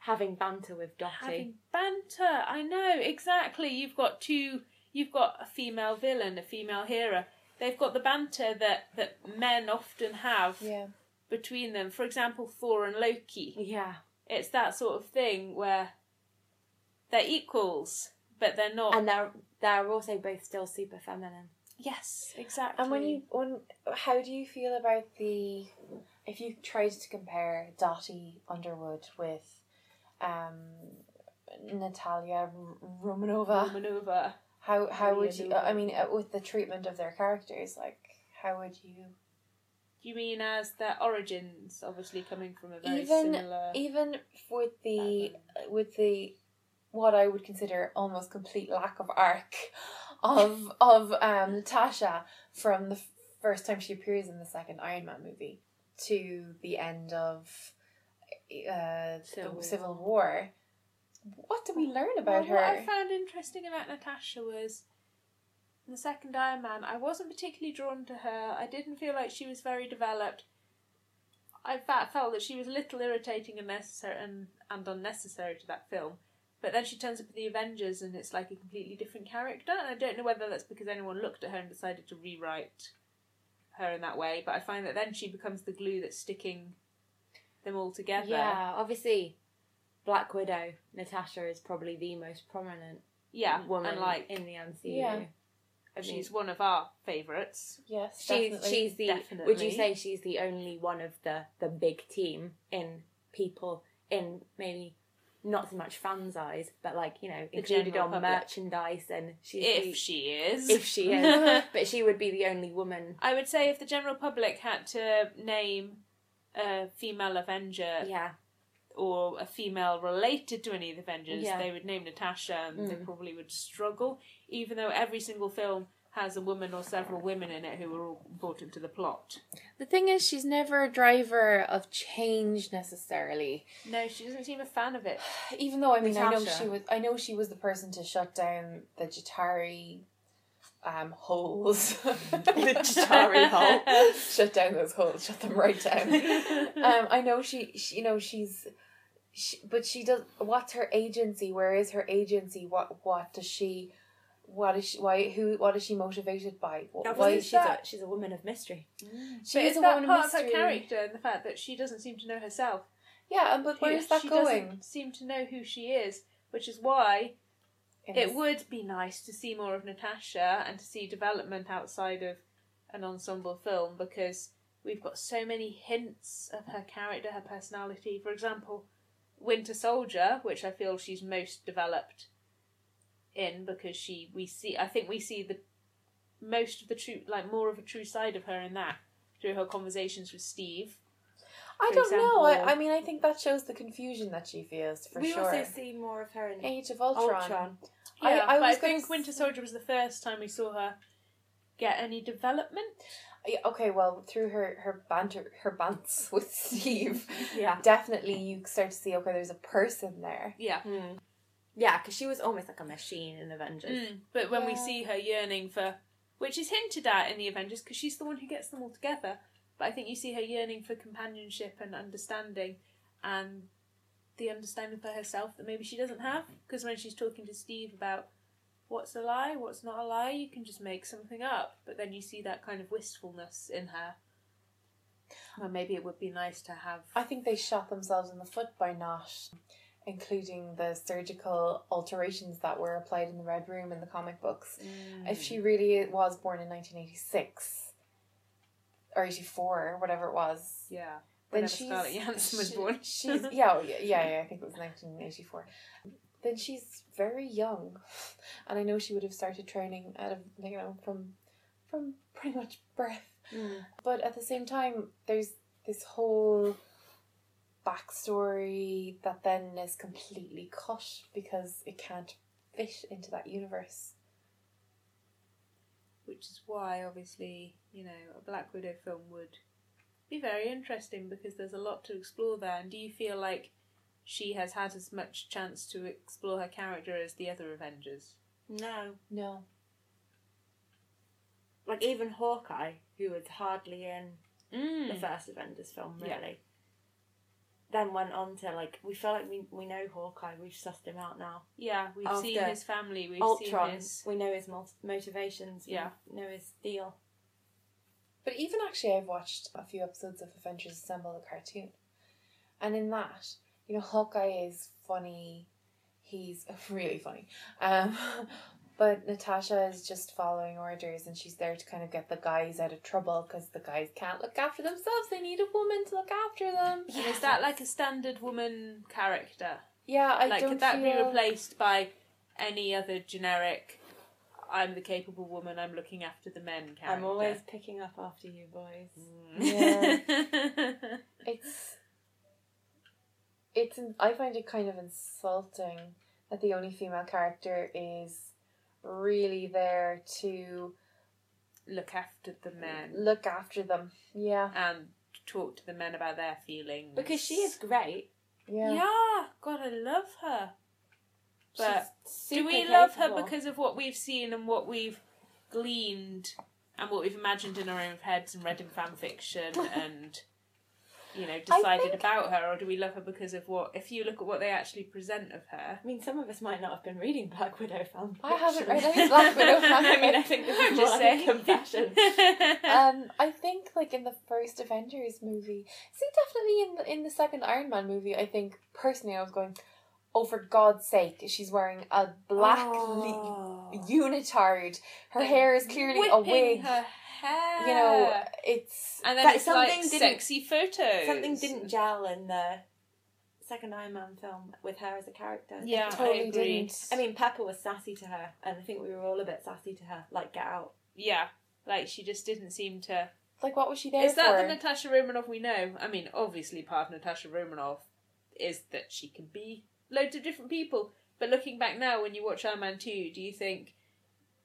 [SPEAKER 2] Having banter with Dottie.
[SPEAKER 4] having banter. I know exactly. You've got two. You've got a female villain, a female hero. They've got the banter that that men often have
[SPEAKER 1] yeah
[SPEAKER 4] between them. For example, Thor and Loki.
[SPEAKER 2] Yeah.
[SPEAKER 4] It's that sort of thing where They're equals, but they're
[SPEAKER 1] Oh.
[SPEAKER 4] not.
[SPEAKER 2] and they're they're also both still super feminine.
[SPEAKER 4] yes, exactly.
[SPEAKER 1] And when you when how do you feel about the if you tried to compare Dottie Underwood with um Natalia R- Romanova,
[SPEAKER 4] Romanova,
[SPEAKER 1] how how would
[SPEAKER 4] Maria
[SPEAKER 1] you? I
[SPEAKER 4] Belova.
[SPEAKER 1] mean, uh, with the treatment of their characters, like how would you?
[SPEAKER 4] you mean as their origins, obviously coming from a very
[SPEAKER 1] Even-
[SPEAKER 4] similar.
[SPEAKER 1] Even with the with the what I would consider almost complete lack of arc <laughs> of of um, Natasha from the first time she appears in the second Iron Man movie to the end of uh,
[SPEAKER 4] Civil War.
[SPEAKER 1] the Civil War. What do we learn about
[SPEAKER 4] Well, What
[SPEAKER 1] her?
[SPEAKER 4] I found interesting about Natasha was in the second Iron Man, I wasn't particularly drawn to her. I didn't feel like she was very developed. I fa- felt that she was a little irritating and necessary and, and unnecessary to that film. But then she turns up in the Avengers and it's like a completely different character. And I don't know whether that's because anyone looked at her and decided to rewrite her in that way. But I find that then she becomes the glue that's sticking them all together.
[SPEAKER 2] Yeah, obviously, Black Widow Natasha is probably the most prominent
[SPEAKER 4] Yeah,
[SPEAKER 2] woman
[SPEAKER 4] and like
[SPEAKER 2] in the MCU.
[SPEAKER 1] Yeah.
[SPEAKER 2] I mean,
[SPEAKER 4] she's one of our favourites.
[SPEAKER 1] yes,
[SPEAKER 2] she's
[SPEAKER 1] definitely.
[SPEAKER 2] she's the
[SPEAKER 4] Definitely.
[SPEAKER 2] would you say she's the only one of the the big team in people in maybe not so much fans eyes but like you know
[SPEAKER 4] The
[SPEAKER 2] included
[SPEAKER 4] general
[SPEAKER 2] on
[SPEAKER 4] public.
[SPEAKER 2] merchandise and she's
[SPEAKER 4] if
[SPEAKER 2] the-
[SPEAKER 4] she is.
[SPEAKER 2] if she <laughs> is but she would be the only woman
[SPEAKER 4] <laughs> I would say if the general public had to name a female Avenger
[SPEAKER 2] yeah
[SPEAKER 4] or a female related to any of the Avengers,
[SPEAKER 2] Yeah.
[SPEAKER 4] they would name Natasha and they
[SPEAKER 2] Mm.
[SPEAKER 4] probably would struggle, even though every single film has a woman or several women in it who are all important to the plot.
[SPEAKER 1] the thing is, she's never a driver of change necessarily.
[SPEAKER 4] No, she doesn't seem a fan of it.
[SPEAKER 1] even though I mean I know
[SPEAKER 2] Natasha.
[SPEAKER 1] she was I know she was the person to shut down the Jatari um holes. <laughs> the Jatari
[SPEAKER 4] <laughs>
[SPEAKER 1] hole. Shut down those holes, shut them right down. Um I know she, she you know she's she, but she does what's her agency? Where is her agency? What what does she what is she why who what is she motivated by? What, why
[SPEAKER 2] obviously
[SPEAKER 1] is
[SPEAKER 2] she's
[SPEAKER 1] she that?
[SPEAKER 2] a she's a woman of mystery
[SPEAKER 1] She
[SPEAKER 4] but
[SPEAKER 1] is
[SPEAKER 4] it's
[SPEAKER 1] a
[SPEAKER 4] that
[SPEAKER 1] woman
[SPEAKER 4] part
[SPEAKER 1] of
[SPEAKER 4] of her
[SPEAKER 1] mystery.
[SPEAKER 4] character and the fact that she doesn't seem to know herself.
[SPEAKER 1] Yeah, and but where is that
[SPEAKER 4] she
[SPEAKER 1] going?
[SPEAKER 4] doesn't seem to know who she is, which is why
[SPEAKER 1] in
[SPEAKER 4] It
[SPEAKER 1] this-
[SPEAKER 4] would be nice to see more of Natasha and to see development outside of an ensemble film because we've got so many hints of her character, her personality. For example, Winter Soldier, which I feel she's most developed in because she we see I think we see the most of the true like more of a true side of her in that through her conversations with Steve.
[SPEAKER 1] I
[SPEAKER 4] for
[SPEAKER 1] don't know.
[SPEAKER 4] example-
[SPEAKER 1] I, I mean I think that shows the confusion that she feels for
[SPEAKER 2] we
[SPEAKER 1] sure.
[SPEAKER 2] also see more of her in
[SPEAKER 1] Age of Ultron.
[SPEAKER 2] Ultron.
[SPEAKER 1] I-
[SPEAKER 4] Yeah,
[SPEAKER 1] I
[SPEAKER 4] but I
[SPEAKER 1] was gonna
[SPEAKER 4] think
[SPEAKER 1] s-
[SPEAKER 4] Winter Soldier was the first time we saw her get any development.
[SPEAKER 1] Yeah, okay, well, through her her banter, her bants <laughs> with Steve,
[SPEAKER 2] yeah
[SPEAKER 1] definitely you start to see okay, there's a person there.
[SPEAKER 4] Yeah.
[SPEAKER 2] Hmm. yeah because she was almost like a machine in Avengers
[SPEAKER 4] Mm, but when we
[SPEAKER 1] Yeah.
[SPEAKER 4] see her yearning for, which is hinted at in the Avengers, because she's the one who gets them all together. But I think you see her yearning for companionship and understanding, and the understanding for herself that maybe she doesn't have. Because when she's talking to Steve about what's a lie, what's not a lie, you can just make something up. But then you see that kind of wistfulness in her. Well, maybe it would be nice to have.
[SPEAKER 1] I think they shot themselves in the foot by not including the surgical alterations that were applied in the Red Room in the comic books. If she
[SPEAKER 2] Mm.
[SPEAKER 1] really was born in 1986 or 84, whatever it was,
[SPEAKER 4] yeah.
[SPEAKER 1] then
[SPEAKER 4] Whenever
[SPEAKER 1] she's-
[SPEAKER 4] Scarlett Johansson was
[SPEAKER 1] she-
[SPEAKER 4] born. <laughs>
[SPEAKER 1] she's yeah, oh, yeah, yeah, yeah, I think it was 1984. Then she's very young, and I know she would have started training out of you know from from pretty much birth.
[SPEAKER 2] Mm.
[SPEAKER 1] But at the same time, there's this whole backstory that then is completely cut because it can't fit into that universe.
[SPEAKER 4] which is why obviously you know a black widow film would be very interesting because there's a lot to explore there and do you feel like she has had as much chance to explore her character as the other avengers
[SPEAKER 2] no
[SPEAKER 1] No.
[SPEAKER 2] like even Hawkeye who was hardly in the
[SPEAKER 4] mm.
[SPEAKER 2] first Avengers film, really.
[SPEAKER 4] Yeah.
[SPEAKER 2] Then went on to like we feel like we we know Hawkeye, we've sussed him out now.
[SPEAKER 4] yeah we've
[SPEAKER 2] After
[SPEAKER 4] seen his family we've seen
[SPEAKER 2] Ultron,
[SPEAKER 4] his
[SPEAKER 2] we know his mul- motivations.
[SPEAKER 4] Yeah.
[SPEAKER 2] we know his deal.
[SPEAKER 1] But even actually, I've watched a few episodes of Avengers Assemble, the cartoon, and in that, you know, Hawkeye is funny. He's <laughs> really funny. Um, <laughs> but Natasha is just following orders and she's there to kind of get the guys out of trouble because the guys can't look after themselves. They need a woman to look after them.
[SPEAKER 4] And is that like a standard woman character?
[SPEAKER 1] Yeah, I
[SPEAKER 4] like
[SPEAKER 1] don't
[SPEAKER 4] could that
[SPEAKER 1] feel...
[SPEAKER 4] be replaced by any other generic? I'm the capable woman. I'm looking after the men. Character.
[SPEAKER 2] I'm always picking up after you boys.
[SPEAKER 4] Mm.
[SPEAKER 1] It's it's in- I find it kind of insulting that the only female character is really there to
[SPEAKER 4] <laughs> Look after the men
[SPEAKER 1] look after them. Yeah,
[SPEAKER 4] and um, talk to the men about their feelings
[SPEAKER 2] Because she is great.
[SPEAKER 1] yeah.
[SPEAKER 4] God, I love her. But
[SPEAKER 2] She's
[SPEAKER 4] do
[SPEAKER 2] super
[SPEAKER 4] we love her
[SPEAKER 2] capable.
[SPEAKER 4] because of what we've seen and what we've gleaned and what we've imagined in our own heads and read in fan
[SPEAKER 1] <laughs>
[SPEAKER 4] fiction and you know decided
[SPEAKER 1] think-
[SPEAKER 4] about her, or do we love her because of what? If you look at what they actually present of her,
[SPEAKER 2] I mean, some of us might not have been reading Black Widow fan
[SPEAKER 1] I haven't
[SPEAKER 2] fiction.
[SPEAKER 1] read any Black
[SPEAKER 2] <laughs>
[SPEAKER 1] Widow
[SPEAKER 4] <laughs>
[SPEAKER 1] fan
[SPEAKER 4] I mean, I
[SPEAKER 1] fiction.
[SPEAKER 4] think this
[SPEAKER 2] I'm
[SPEAKER 4] is just
[SPEAKER 2] just saying.
[SPEAKER 4] saying.
[SPEAKER 2] Confession.
[SPEAKER 4] <laughs>
[SPEAKER 1] <laughs> um, I think like in the first Avengers movie, see definitely in the in the second Iron Man movie, I think personally I was going, oh for God's sake, she's wearing a black le- unitard. Her hair is clearly a
[SPEAKER 4] Oh. Whipping
[SPEAKER 1] wig.
[SPEAKER 4] Her hair.
[SPEAKER 1] You know, it's
[SPEAKER 4] and then
[SPEAKER 2] That
[SPEAKER 4] it's
[SPEAKER 2] something
[SPEAKER 4] like
[SPEAKER 2] didn't-
[SPEAKER 4] sexy photos.
[SPEAKER 2] Something didn't gel in the second Iron Man film with her as a character.
[SPEAKER 4] Yeah, I
[SPEAKER 1] Totally
[SPEAKER 4] agree.
[SPEAKER 1] didn't.
[SPEAKER 2] I mean, Pepper was sassy to her, and I think we were all a bit sassy to her. Like, get out.
[SPEAKER 4] yeah, like she just didn't seem to.
[SPEAKER 1] like what was she there
[SPEAKER 4] Is that
[SPEAKER 1] for?
[SPEAKER 4] the Natasha Romanoff we know? I mean, obviously, part of Natasha Romanoff is that she can be loads of different people. But looking back now, when you watch Iron Man 2, do you think,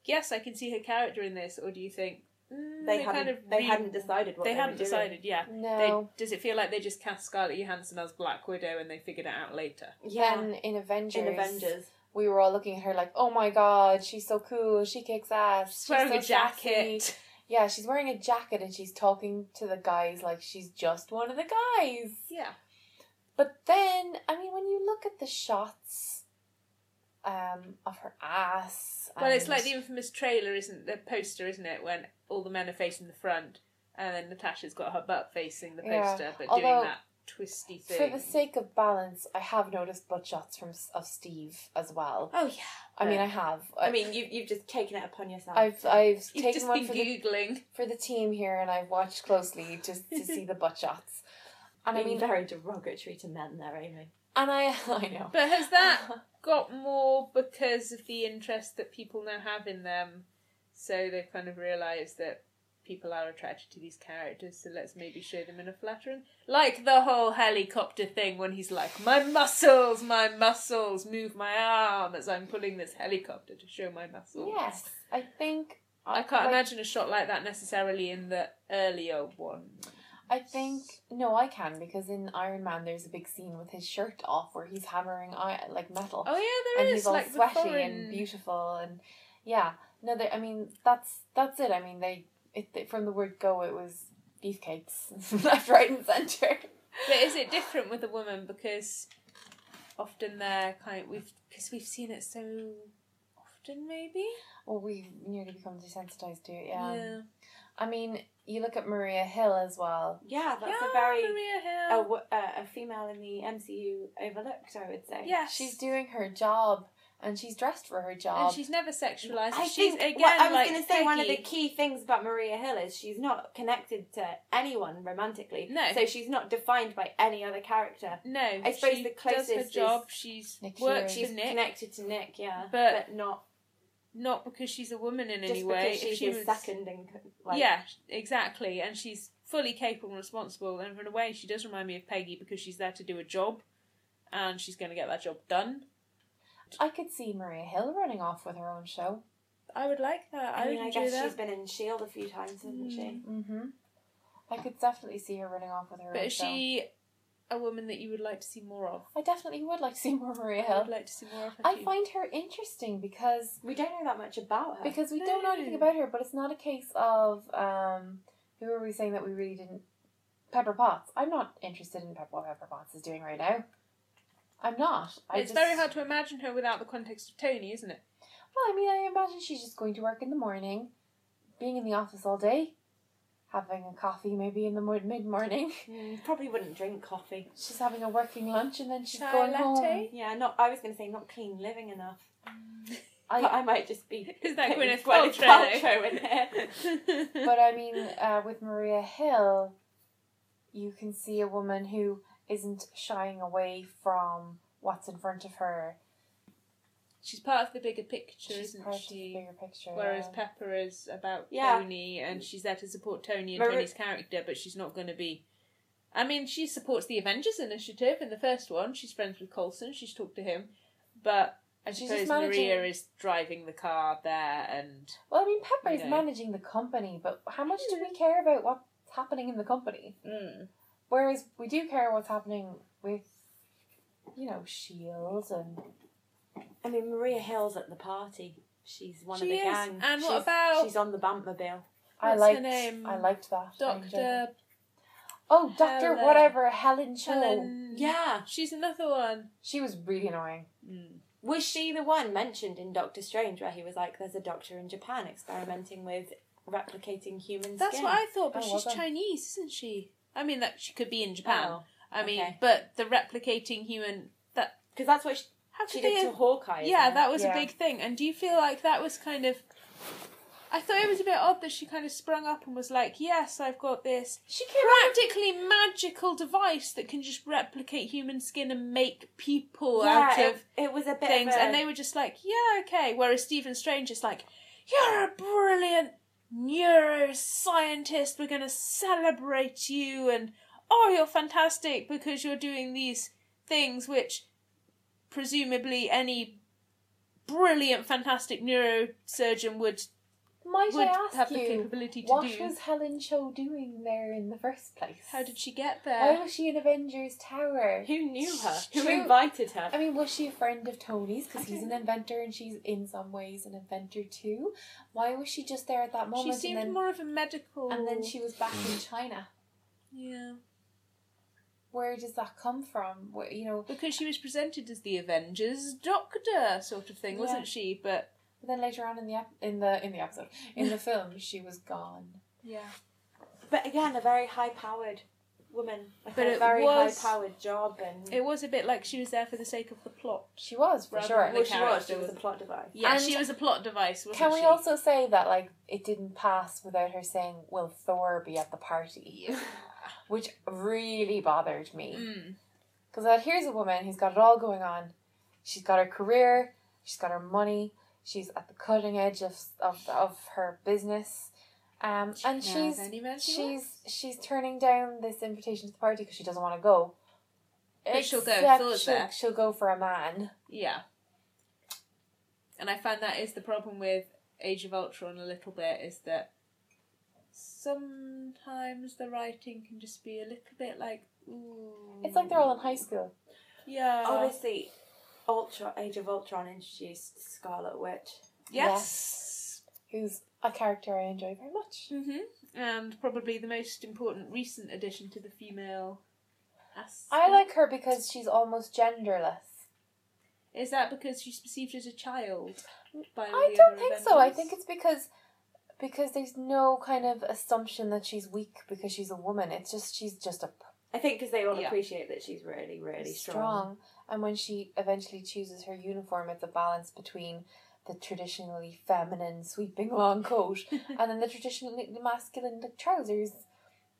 [SPEAKER 4] yes, I can see her character in this? Or do you think, mm,
[SPEAKER 2] They, hadn't.
[SPEAKER 4] kind of
[SPEAKER 2] they
[SPEAKER 4] re-
[SPEAKER 2] hadn't decided what
[SPEAKER 4] They
[SPEAKER 2] they,
[SPEAKER 4] hadn't
[SPEAKER 2] were doing.
[SPEAKER 4] decided, yeah.
[SPEAKER 1] no.
[SPEAKER 4] They, does it feel like they just cast Scarlett Johansson as Black Widow and they figured it out later?
[SPEAKER 2] Yeah,
[SPEAKER 1] Then in Avengers,
[SPEAKER 2] in Avengers.
[SPEAKER 1] we were all looking at her like, "Oh my god, she's so cool. She kicks ass. She's
[SPEAKER 4] She's wearing
[SPEAKER 1] so
[SPEAKER 4] a jacket.
[SPEAKER 1] sassy." Yeah, she's wearing a jacket and she's talking to the guys like she's just one of the guys.
[SPEAKER 4] <laughs> Yeah.
[SPEAKER 1] But then, I mean, when you look at the shots um, of her ass,
[SPEAKER 4] Well, it's
[SPEAKER 1] and-
[SPEAKER 4] like the infamous trailer, isn't the poster, isn't it? When all the men are facing the front, and then Natasha's got her butt facing the
[SPEAKER 1] Yeah.
[SPEAKER 4] poster, but
[SPEAKER 1] Although,
[SPEAKER 4] doing that twisty
[SPEAKER 1] for
[SPEAKER 4] thing.
[SPEAKER 1] the sake of balance, I have noticed butt shots from S- of Steve as well.
[SPEAKER 2] Oh yeah.
[SPEAKER 1] I mean,
[SPEAKER 4] Yeah.
[SPEAKER 1] I have.
[SPEAKER 2] I mean, you've you've just taken it upon yourself.
[SPEAKER 1] I've I've
[SPEAKER 4] You've
[SPEAKER 1] taken
[SPEAKER 4] just
[SPEAKER 1] one
[SPEAKER 4] been
[SPEAKER 1] for the,
[SPEAKER 4] googling.
[SPEAKER 1] for the team here, and I've watched closely just to see the butt shots. And I
[SPEAKER 2] Being
[SPEAKER 1] mean,
[SPEAKER 2] very derogatory to men there, Amy.
[SPEAKER 1] and I <laughs> I know.
[SPEAKER 4] But has that got more because of the interest that people now have in them? So they've kind of realised that people are attracted to these characters, so let's maybe show them in a flattering. Like the whole helicopter thing when he's like, My muscles, my muscles, move my arm as I'm pulling this helicopter to show my muscles.
[SPEAKER 1] Yes, I think uh,
[SPEAKER 4] I can't
[SPEAKER 1] Like-
[SPEAKER 4] imagine a shot like that necessarily in the earlier one.
[SPEAKER 1] I think no, I can because in Iron Man there's a big scene with his shirt off where he's hammering i- like metal,
[SPEAKER 4] Oh yeah,
[SPEAKER 1] and
[SPEAKER 4] there is
[SPEAKER 1] he's all
[SPEAKER 4] like
[SPEAKER 1] sweaty
[SPEAKER 4] the foreign...
[SPEAKER 1] and beautiful, and yeah, no, they, I mean that's that's it. I mean they, it, they from the word go, it was beefcakes <laughs> left, right, and center.
[SPEAKER 4] But is it different with a woman because often they're kind we've because we've seen it so often maybe.
[SPEAKER 1] Well, we nearly become desensitized to it. Yeah. I mean, you look at Maria Hill as well.
[SPEAKER 2] Yeah, that's
[SPEAKER 4] yeah,
[SPEAKER 2] a very
[SPEAKER 4] Maria
[SPEAKER 2] a,
[SPEAKER 4] Hill.
[SPEAKER 2] w- a- a female in the MCU overlooked, I would say.
[SPEAKER 4] yes,
[SPEAKER 1] She's doing her job, and she's dressed for her job.
[SPEAKER 4] and she's never sexualized.
[SPEAKER 2] I
[SPEAKER 4] she's
[SPEAKER 2] think
[SPEAKER 4] again
[SPEAKER 2] what I was
[SPEAKER 4] like
[SPEAKER 2] going to say one of the
[SPEAKER 4] Peggy.
[SPEAKER 2] key things about Maria Hill is she's not connected to anyone romantically.
[SPEAKER 4] No.
[SPEAKER 2] So she's not defined by any other character.
[SPEAKER 4] No,
[SPEAKER 2] I suppose
[SPEAKER 4] she
[SPEAKER 2] the
[SPEAKER 4] does her
[SPEAKER 2] closest is
[SPEAKER 4] job. She's
[SPEAKER 1] Nick
[SPEAKER 4] works
[SPEAKER 1] Fury.
[SPEAKER 4] for
[SPEAKER 2] She's
[SPEAKER 4] Nick,
[SPEAKER 2] connected to Nick, yeah,
[SPEAKER 4] But-
[SPEAKER 2] not
[SPEAKER 4] not because she's a woman in any
[SPEAKER 2] just
[SPEAKER 4] way.
[SPEAKER 2] because she's
[SPEAKER 4] if she
[SPEAKER 2] his
[SPEAKER 4] was,
[SPEAKER 2] second and like
[SPEAKER 4] yeah, exactly. And she's fully capable and responsible. And in a way, she does remind me of Peggy because she's there to do a job, and she's going to get that job done.
[SPEAKER 1] I could see Maria Hill running off with her own show.
[SPEAKER 4] I would like that. I,
[SPEAKER 2] I mean,
[SPEAKER 4] would
[SPEAKER 2] I
[SPEAKER 4] enjoy
[SPEAKER 2] guess
[SPEAKER 4] that. Mm.
[SPEAKER 2] she's been in Shield a few times, hasn't she?
[SPEAKER 1] Mm-hmm. I could definitely see her running off with her
[SPEAKER 4] But
[SPEAKER 1] own
[SPEAKER 4] is she a woman that you would like to see more of?
[SPEAKER 1] show. I definitely would like <laughs> to see more Maria
[SPEAKER 4] I would
[SPEAKER 1] Hill.
[SPEAKER 4] like to see more of her.
[SPEAKER 1] I
[SPEAKER 4] too.
[SPEAKER 1] find her interesting because
[SPEAKER 2] We don't know that much about her.
[SPEAKER 1] because we don't know anything about her, but it's not a case of um, who are we saying that we really didn't Pepper Potts. I'm not interested in Pep- what Pepper Potts is doing right now. I'm not. I
[SPEAKER 4] it's
[SPEAKER 1] just-
[SPEAKER 4] very hard to imagine her without the context of Tony, isn't it?
[SPEAKER 1] Well, I mean, I imagine she's just going to work in the morning, being in the office all day, having a coffee maybe in the mid morning.
[SPEAKER 2] Mm, probably wouldn't drink coffee.
[SPEAKER 1] <laughs> She's having a working lunch and then she's
[SPEAKER 2] Chai
[SPEAKER 1] going home.
[SPEAKER 2] latte? Yeah, not. I was going to say not clean living enough.
[SPEAKER 1] I-
[SPEAKER 2] but I might just be.
[SPEAKER 4] <laughs> <laughs> Is that
[SPEAKER 2] putting
[SPEAKER 4] Gwyneth Paltrow?
[SPEAKER 2] Paltrow in there? <laughs>
[SPEAKER 4] <laughs>
[SPEAKER 1] But I mean, uh, with Maria Hill, you can see a woman who isn't shying away from what's in front of her.
[SPEAKER 4] she's part of the bigger picture,
[SPEAKER 1] She's
[SPEAKER 4] isn't
[SPEAKER 1] part
[SPEAKER 4] she?
[SPEAKER 1] of the bigger picture.
[SPEAKER 4] Whereas
[SPEAKER 1] yeah.
[SPEAKER 4] Pepper is about
[SPEAKER 2] Yeah.
[SPEAKER 4] Tony and she's there to support Tony and
[SPEAKER 2] Mar-
[SPEAKER 4] Tony's character, but she's not going to be. I mean, she supports the Avengers Initiative in the first one. She's friends with Coulson. She's talked to him, but I
[SPEAKER 1] She's
[SPEAKER 4] suppose
[SPEAKER 1] just managing-
[SPEAKER 4] Maria is driving the car there, and
[SPEAKER 1] well, I mean, Pepper's
[SPEAKER 4] you know.
[SPEAKER 1] managing the company, but how much do we care about what's happening in the company?
[SPEAKER 5] Mm.
[SPEAKER 1] Whereas we do care what's happening with, you know, Shield and
[SPEAKER 2] I mean, Maria Hill's at the party. She's one of
[SPEAKER 4] She
[SPEAKER 2] the
[SPEAKER 4] is.
[SPEAKER 2] gang.
[SPEAKER 4] And what
[SPEAKER 2] She's-
[SPEAKER 4] about-
[SPEAKER 2] She's on the Bantmobile.
[SPEAKER 1] I
[SPEAKER 4] What's her
[SPEAKER 1] liked
[SPEAKER 4] name?
[SPEAKER 1] I liked that. I enjoyed it.
[SPEAKER 4] Doctor
[SPEAKER 1] Oh, Doctor
[SPEAKER 4] Helen-
[SPEAKER 1] whatever Helen Cho.
[SPEAKER 4] Helen.
[SPEAKER 2] Yeah.
[SPEAKER 4] she's another one.
[SPEAKER 1] She was really annoying.
[SPEAKER 2] Was she the one mentioned in Doctor Strange where he was like, "There's a doctor in Japan experimenting with replicating human
[SPEAKER 4] That's
[SPEAKER 2] skin"?
[SPEAKER 4] what I thought, but
[SPEAKER 1] Oh, well
[SPEAKER 4] she's
[SPEAKER 1] done. Oh,
[SPEAKER 4] Chinese, isn't she? I mean, that she could be
[SPEAKER 2] Oh.
[SPEAKER 4] in Japan. I mean,
[SPEAKER 2] okay.
[SPEAKER 4] but the replicating human. That
[SPEAKER 2] because that's what she,
[SPEAKER 4] how could
[SPEAKER 2] she
[SPEAKER 4] they
[SPEAKER 2] did to Hawkeye. isn't
[SPEAKER 4] Yeah,
[SPEAKER 2] it?
[SPEAKER 4] that was
[SPEAKER 1] Yeah.
[SPEAKER 4] a big thing. And do you feel like that was kind of. I thought it was a bit odd that she kind of sprung up and was like, yes, I've got this
[SPEAKER 1] She came
[SPEAKER 4] practically magical device that can just replicate human skin and make people out
[SPEAKER 2] it,
[SPEAKER 4] of
[SPEAKER 2] it was a bit
[SPEAKER 4] things.
[SPEAKER 2] of a,
[SPEAKER 4] And they were just like, yeah, okay. Whereas Stephen Strange is like, you're a brilliant neuroscientist. We're going to celebrate you. And oh, you're fantastic because you're doing these things which presumably any brilliant, fantastic neurosurgeon would
[SPEAKER 1] Might
[SPEAKER 4] would
[SPEAKER 1] I ask
[SPEAKER 4] have the
[SPEAKER 1] you,
[SPEAKER 4] capability to
[SPEAKER 1] what
[SPEAKER 4] do.
[SPEAKER 1] was Helen Cho doing there in the first place?
[SPEAKER 4] How did Oh, she uh, get
[SPEAKER 1] Why
[SPEAKER 4] there?
[SPEAKER 1] was she in Avengers Tower?
[SPEAKER 2] who knew her, who
[SPEAKER 1] True.
[SPEAKER 2] invited her.
[SPEAKER 1] I mean, was she a friend of Tony's? Because he's an inventor, and she's in some ways an inventor too. Why was she just there at that
[SPEAKER 4] She
[SPEAKER 1] moment?
[SPEAKER 4] seemed
[SPEAKER 1] and then,
[SPEAKER 4] more of a medical.
[SPEAKER 1] and then she was back in China.
[SPEAKER 4] yeah,
[SPEAKER 1] Where does that come from? Where, you know.
[SPEAKER 4] because she was presented as the Avengers doctor sort of thing,
[SPEAKER 1] Yeah.
[SPEAKER 4] wasn't she? But
[SPEAKER 1] But then later on in the ep- in the in the episode in
[SPEAKER 4] <laughs>
[SPEAKER 1] the film, she was gone.
[SPEAKER 4] yeah,
[SPEAKER 2] But again, a very high powered woman, like
[SPEAKER 4] But
[SPEAKER 2] a
[SPEAKER 4] it
[SPEAKER 2] very
[SPEAKER 4] was-
[SPEAKER 2] high powered job, and
[SPEAKER 4] it was a bit like she was there for the sake of the plot.
[SPEAKER 1] She was for
[SPEAKER 4] Rather
[SPEAKER 1] sure.
[SPEAKER 4] than-
[SPEAKER 2] well, she was. She
[SPEAKER 4] character
[SPEAKER 2] was a
[SPEAKER 4] was-
[SPEAKER 2] plot device.
[SPEAKER 4] Yeah,
[SPEAKER 1] And-
[SPEAKER 4] she was a plot device, wasn't
[SPEAKER 1] Can we
[SPEAKER 4] she?
[SPEAKER 1] also say that like it didn't pass without her saying, "Will Thor be at the party?" <laughs> Which really bothered me
[SPEAKER 4] Mm.
[SPEAKER 1] because uh, here's a woman who's got it all going on. She's got her career. She's got her money. She's at the cutting edge of of, of her business, um, and
[SPEAKER 4] Can I have
[SPEAKER 1] she's
[SPEAKER 4] any man she wants?
[SPEAKER 1] she's she's turning down this invitation to the party because she doesn't want to go.
[SPEAKER 4] But she'll go,
[SPEAKER 1] Except
[SPEAKER 4] Thor's
[SPEAKER 1] she'll-
[SPEAKER 4] there.
[SPEAKER 1] she'll go for a man.
[SPEAKER 4] yeah. And I find that is the problem with Age of Ultron a little bit is that sometimes the writing can just be a little bit like, ooh,
[SPEAKER 1] It's like they're all in high school.
[SPEAKER 4] yeah,
[SPEAKER 2] Obviously, Ultra Age of Ultron introduced Scarlet Witch.
[SPEAKER 4] yes.
[SPEAKER 1] Who's a character I enjoy very much.
[SPEAKER 4] hmm And probably the most important recent addition to the female. aspect.
[SPEAKER 1] I like her because she's almost genderless.
[SPEAKER 4] Is that because she's perceived as a child? By all
[SPEAKER 1] I
[SPEAKER 4] the
[SPEAKER 1] don't
[SPEAKER 4] other
[SPEAKER 1] think so. I
[SPEAKER 4] Avengers?
[SPEAKER 1] think it's because because there's no kind of assumption that she's weak because she's a woman. It's just she's just a p-
[SPEAKER 2] I think because they all
[SPEAKER 4] Yeah.
[SPEAKER 2] appreciate that she's really, really
[SPEAKER 1] strong.
[SPEAKER 2] strong.
[SPEAKER 1] And when she eventually chooses her uniform, it's a balance between the traditionally feminine sweeping long
[SPEAKER 4] <laughs>
[SPEAKER 1] coat and then the traditionally masculine like, trousers.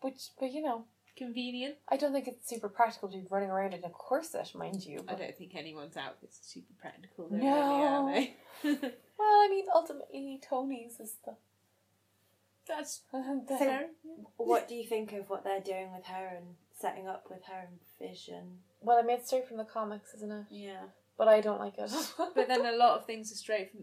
[SPEAKER 1] Which, but you know,
[SPEAKER 4] convenient.
[SPEAKER 1] I don't think it's super practical to be running around in a corset, mind you.
[SPEAKER 4] I
[SPEAKER 1] but-
[SPEAKER 4] don't think anyone's outfit's super practical.
[SPEAKER 1] No.
[SPEAKER 4] Really, are they? <laughs>
[SPEAKER 1] well, I mean, ultimately, Tony's is the. <laughs>
[SPEAKER 4] That's
[SPEAKER 1] the
[SPEAKER 4] fair.
[SPEAKER 2] What do you think of what they're doing with her and setting up with her and Vision?
[SPEAKER 1] Well, I mean, it's straight from the comics, isn't it?
[SPEAKER 2] Yeah.
[SPEAKER 1] But I don't like it. <laughs>
[SPEAKER 4] But then a lot of things are straight from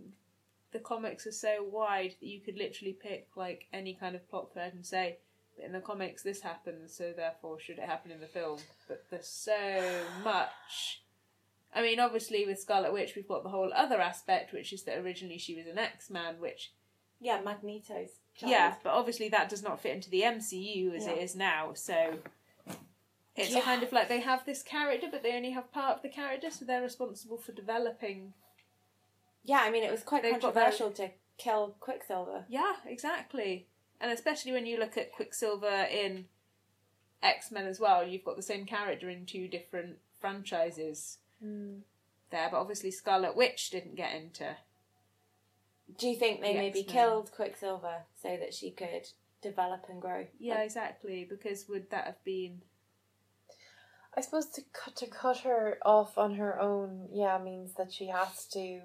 [SPEAKER 4] the comics are so wide that you could literally pick like any kind of plot thread and say, "But in the comics this happens, so therefore should it happen in the film? But there's so much. I mean, obviously with Scarlet Witch, we've got the whole other aspect, which is that originally she was an X Man, which
[SPEAKER 2] Yeah, Magneto's child.
[SPEAKER 4] Yeah, but obviously that does not fit into the MCU as it
[SPEAKER 2] Yeah.
[SPEAKER 4] is now, so it's
[SPEAKER 1] Yeah.
[SPEAKER 4] kind of like they have this character, but they only have part of the character, so they're responsible for developing.
[SPEAKER 2] Yeah, I mean, it was quite
[SPEAKER 4] They've got
[SPEAKER 2] controversial to kill Quicksilver.
[SPEAKER 4] Yeah, exactly. and especially when you look at Quicksilver in X Men as well, you've got the same character in two different franchises there. But obviously, Scarlet Witch didn't get into.
[SPEAKER 2] Do you think they
[SPEAKER 4] The
[SPEAKER 2] maybe
[SPEAKER 4] X-Men.
[SPEAKER 2] killed Quicksilver so that she could develop and grow?
[SPEAKER 4] Yeah, exactly. Because would that have been?
[SPEAKER 1] I suppose to cut to cut her off on her own, yeah, means that she has to.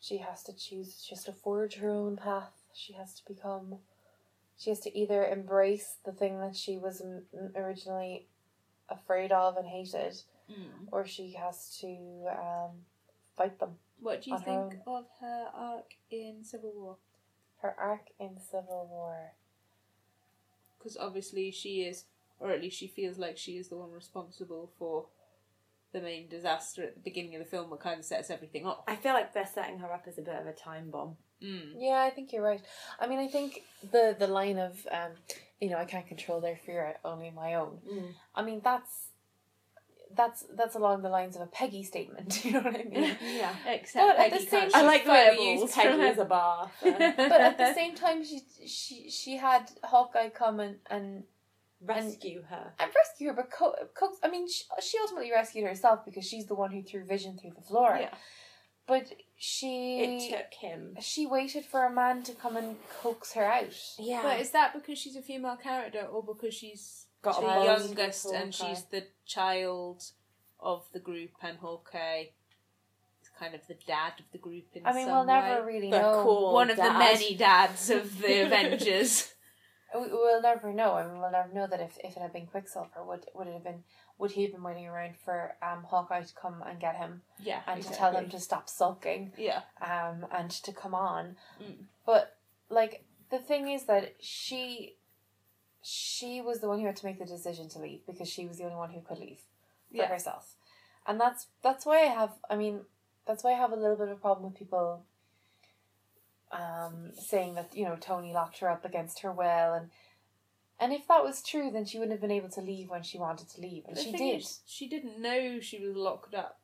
[SPEAKER 1] She has to choose. She has to forge her own path. She has to become. She has to either embrace the thing that she was m- m- originally afraid of and hated, or she has to um, fight them.
[SPEAKER 4] What do you
[SPEAKER 1] On her
[SPEAKER 4] think
[SPEAKER 1] own.
[SPEAKER 4] of her arc in Civil War?
[SPEAKER 1] Her arc in Civil War.
[SPEAKER 4] Because obviously she is, or at least she feels like she is the one responsible for the main disaster at the beginning of the film that kind of sets everything off.
[SPEAKER 2] I feel like they're setting her up as a bit of a time bomb.
[SPEAKER 4] Mm.
[SPEAKER 1] Yeah, I think you're right. I mean, I think the the line of, um, you know, I can't control their fear, only my own.
[SPEAKER 4] Mm.
[SPEAKER 1] I mean, that's that's that's along the lines of a Peggy statement. <laughs> You know what I mean?
[SPEAKER 4] Yeah, except
[SPEAKER 1] But at
[SPEAKER 4] Peggy
[SPEAKER 1] the
[SPEAKER 4] can't
[SPEAKER 1] same-
[SPEAKER 2] I
[SPEAKER 4] shoot
[SPEAKER 2] like the way we
[SPEAKER 4] fireballs
[SPEAKER 2] use Peggy
[SPEAKER 4] from
[SPEAKER 2] as a <laughs>
[SPEAKER 4] <laughs> her-
[SPEAKER 2] bar. for
[SPEAKER 1] but at <laughs>
[SPEAKER 4] <laughs>
[SPEAKER 1] the same time, she she she had Hawkeye come and and,
[SPEAKER 2] Rescue her.
[SPEAKER 1] and rescue her. But Co- Co- I mean, she, she ultimately rescued herself because she's the one who threw Vision through the floor.
[SPEAKER 4] Yeah.
[SPEAKER 1] But
[SPEAKER 2] It
[SPEAKER 1] she
[SPEAKER 2] took him.
[SPEAKER 1] she waited for a man to come and coax her out.
[SPEAKER 2] Yeah.
[SPEAKER 4] But is that because she's a female character or because she's
[SPEAKER 2] Got a
[SPEAKER 4] the
[SPEAKER 2] bond with
[SPEAKER 4] youngest and
[SPEAKER 2] Hawkeye.
[SPEAKER 4] she's the child of the group and Hawkeye is kind of the dad of the group in
[SPEAKER 1] I mean,
[SPEAKER 4] some
[SPEAKER 1] we'll never
[SPEAKER 4] way?
[SPEAKER 1] really
[SPEAKER 2] The
[SPEAKER 1] know.
[SPEAKER 2] cool-
[SPEAKER 4] One of the
[SPEAKER 2] Dad.
[SPEAKER 4] many dads of
[SPEAKER 1] <laughs>
[SPEAKER 4] the Avengers.
[SPEAKER 1] We, we'll never know. I mean, we'll never know that if, if it had been Quicksilver, would would it have been? Would he have been waiting around for um, Hawkeye to come and get him?
[SPEAKER 4] Yeah.
[SPEAKER 1] and
[SPEAKER 4] exactly.
[SPEAKER 1] to tell them to stop sulking
[SPEAKER 4] Yeah.
[SPEAKER 1] um, and to come on.
[SPEAKER 4] Mm.
[SPEAKER 1] But like the thing is that she she was the one who had to make the decision to leave because she was the only one who could leave for
[SPEAKER 4] Yeah.
[SPEAKER 1] herself. And that's that's why I have I mean that's why I have a little bit of a problem with people um, saying that you know Tony locked her up against her will and and if that was true then she wouldn't have been able to leave when she wanted to leave and
[SPEAKER 4] The
[SPEAKER 1] she
[SPEAKER 4] thing
[SPEAKER 1] did
[SPEAKER 4] is, she didn't know she was locked up.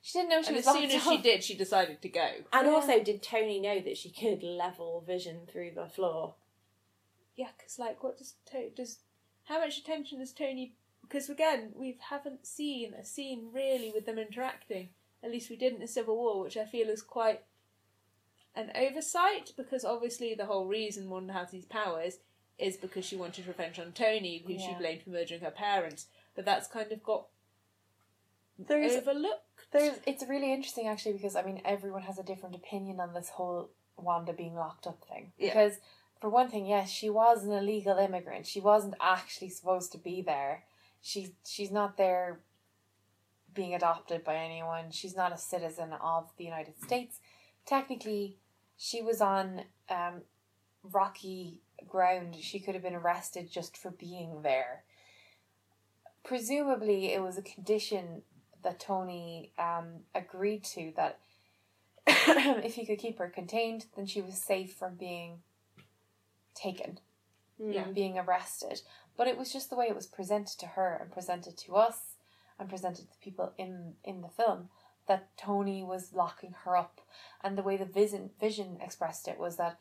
[SPEAKER 1] she didn't know she
[SPEAKER 4] and as
[SPEAKER 1] was
[SPEAKER 4] soon
[SPEAKER 1] locked
[SPEAKER 4] as
[SPEAKER 1] up.
[SPEAKER 4] she did, she decided to go.
[SPEAKER 2] And
[SPEAKER 1] Yeah.
[SPEAKER 2] also, did Tony know that she could level Vision through the floor?
[SPEAKER 4] Yeah, because like, what does to- does how much attention does Tony? Because again, we haven't seen a scene really with them interacting. At least we didn't in Civil War, which I feel is quite an oversight because obviously the whole reason Wanda has these powers is because she wanted revenge on Tony, who she
[SPEAKER 1] Yeah.
[SPEAKER 4] blamed for murdering her parents. But that's kind of got
[SPEAKER 1] There's
[SPEAKER 4] overlooked.
[SPEAKER 1] There's, it's really interesting actually because I mean everyone has a different opinion on this whole Wanda being locked up thing.
[SPEAKER 4] Yeah.
[SPEAKER 1] Because for one thing, yes, she was an illegal immigrant. She wasn't actually supposed to be there. She she's not there being adopted by anyone. She's not a citizen of the United States. Technically, she was on um, rocky ground. She could have been arrested just for being there. Presumably, it was a condition that Tony um, agreed to that <coughs> if he could keep her contained, then she was safe from being taken,
[SPEAKER 4] Yeah.
[SPEAKER 1] from being arrested. But it was just the way it was presented to her and presented to us and presented to people in in the film that Tony was locking her up, and the way the vision vision expressed it was that.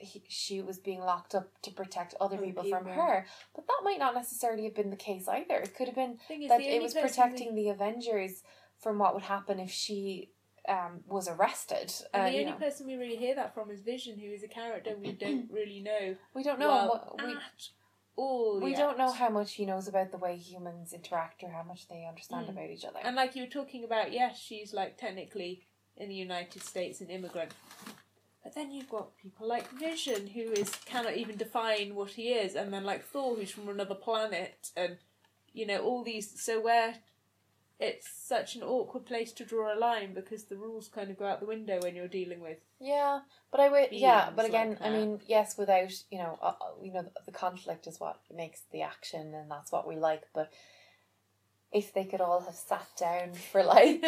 [SPEAKER 1] He, she was being locked up to protect other
[SPEAKER 2] Other
[SPEAKER 1] people, from
[SPEAKER 2] people.
[SPEAKER 1] her, but that might not necessarily have been the case either. It could have been
[SPEAKER 4] Thing is,
[SPEAKER 1] that
[SPEAKER 4] the
[SPEAKER 1] it
[SPEAKER 4] only
[SPEAKER 1] was
[SPEAKER 4] person we-
[SPEAKER 1] protecting the Avengers from what would happen if she um, was arrested.
[SPEAKER 4] And
[SPEAKER 1] Uh,
[SPEAKER 4] the
[SPEAKER 1] you
[SPEAKER 4] only
[SPEAKER 1] know,
[SPEAKER 4] person we really hear that from is Vision, who is a character we
[SPEAKER 1] <clears throat>
[SPEAKER 4] don't really know.
[SPEAKER 1] we don't know.
[SPEAKER 4] well ah, oh,
[SPEAKER 1] what, we
[SPEAKER 4] at all.
[SPEAKER 1] we
[SPEAKER 4] yet.
[SPEAKER 1] don't know how much he knows about the way humans interact or how much they understand
[SPEAKER 4] Mm.
[SPEAKER 1] about each other.
[SPEAKER 4] And like you were talking about, yes, she's like technically in the United States an immigrant. But then you've got people like Vision who is cannot even define what he is, and then like Thor who's from another planet and you know, all these so where it's such an awkward place to draw a line because the rules kind of go out the window when you're
[SPEAKER 1] <laughs>
[SPEAKER 4] dealing with <laughs>
[SPEAKER 1] yeah, but I would. Yeah, but
[SPEAKER 4] Beings
[SPEAKER 1] again,
[SPEAKER 4] like
[SPEAKER 1] I
[SPEAKER 4] that.
[SPEAKER 1] mean, yes, without you know, uh, uh, you know, the, the conflict is what makes the action, and that's what we like. But if they could all have sat down <laughs> for
[SPEAKER 4] <laughs>
[SPEAKER 1] like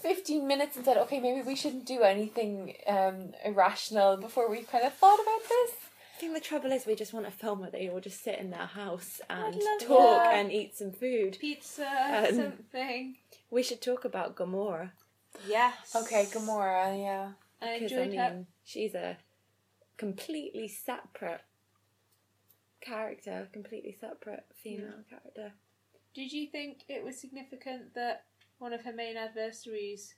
[SPEAKER 1] 15 minutes and said, okay, maybe we shouldn't do anything um, irrational before we've kind of thought about this.
[SPEAKER 2] I think the trouble is, we just want a film where they all just sit in their house and
[SPEAKER 4] love
[SPEAKER 2] talk
[SPEAKER 1] that.
[SPEAKER 2] and eat some food.
[SPEAKER 4] pizza,
[SPEAKER 2] Um,
[SPEAKER 4] something.
[SPEAKER 2] We should talk about Gamora.
[SPEAKER 4] Yes.
[SPEAKER 1] Okay, Gamora, yeah.
[SPEAKER 4] I
[SPEAKER 2] Because,
[SPEAKER 4] enjoyed
[SPEAKER 2] I mean,
[SPEAKER 4] her.
[SPEAKER 2] she's a completely separate character, completely separate female character.
[SPEAKER 4] Did you think it was significant that one of her main adversaries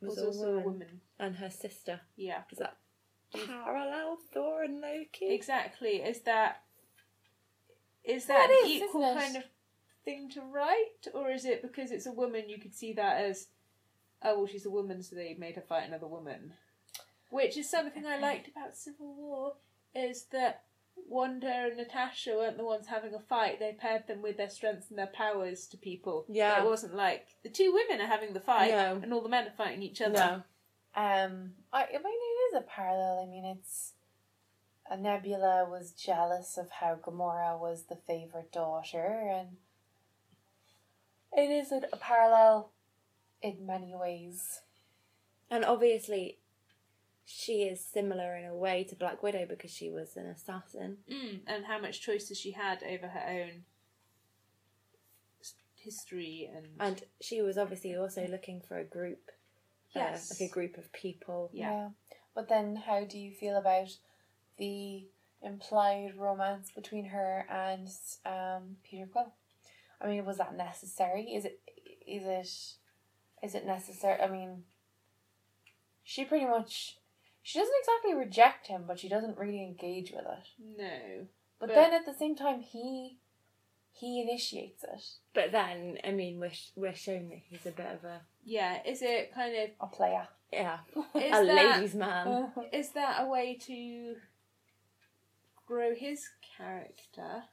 [SPEAKER 4] was,
[SPEAKER 2] Was a
[SPEAKER 4] also
[SPEAKER 2] woman.
[SPEAKER 4] a woman?
[SPEAKER 2] And her sister.
[SPEAKER 4] Yeah.
[SPEAKER 2] Is that parallel Thor and Loki?
[SPEAKER 4] Exactly. Is that is that an
[SPEAKER 2] is, isn't
[SPEAKER 4] equal
[SPEAKER 2] it?
[SPEAKER 4] kind of thing to write, or is it because it's a woman you could see that as oh well she's a woman so they made her fight another woman, which is something I liked about Civil War is that Wanda and Natasha weren't the ones having a fight; they paired them with their strengths and their powers to people.
[SPEAKER 2] Yeah.
[SPEAKER 4] it wasn't like the two women are having the fight
[SPEAKER 2] No.
[SPEAKER 4] and all the men are fighting each other.
[SPEAKER 2] No.
[SPEAKER 1] Um, I, I mean, it is a parallel. I mean, it's uh, Nebula was jealous of how Gamora was the favorite daughter, and it is a, a parallel in many ways.
[SPEAKER 2] And obviously, she is similar in a way to Black Widow because she was an assassin.
[SPEAKER 4] Mm, and how much choice does she had over her own s- history and,
[SPEAKER 2] And she was obviously also looking for a group, uh,
[SPEAKER 4] Yes.
[SPEAKER 2] like a group of people.
[SPEAKER 4] Yeah.
[SPEAKER 1] But then, how do you feel about the implied romance between her and um, Peter Quill? I mean, was that necessary? Is it? Is it? Is it necessary? I mean, she pretty much she doesn't exactly reject him, but she doesn't really engage with it.
[SPEAKER 4] no
[SPEAKER 1] But,
[SPEAKER 4] But-
[SPEAKER 1] then at the same time, he he initiates it.
[SPEAKER 2] But then, I mean, we're, sh- we're shown that he's a bit of a
[SPEAKER 4] yeah is it kind of
[SPEAKER 1] A player.
[SPEAKER 2] yeah
[SPEAKER 4] is
[SPEAKER 2] <laughs> a
[SPEAKER 4] that
[SPEAKER 2] ladies' man.
[SPEAKER 4] is that a way to grow his character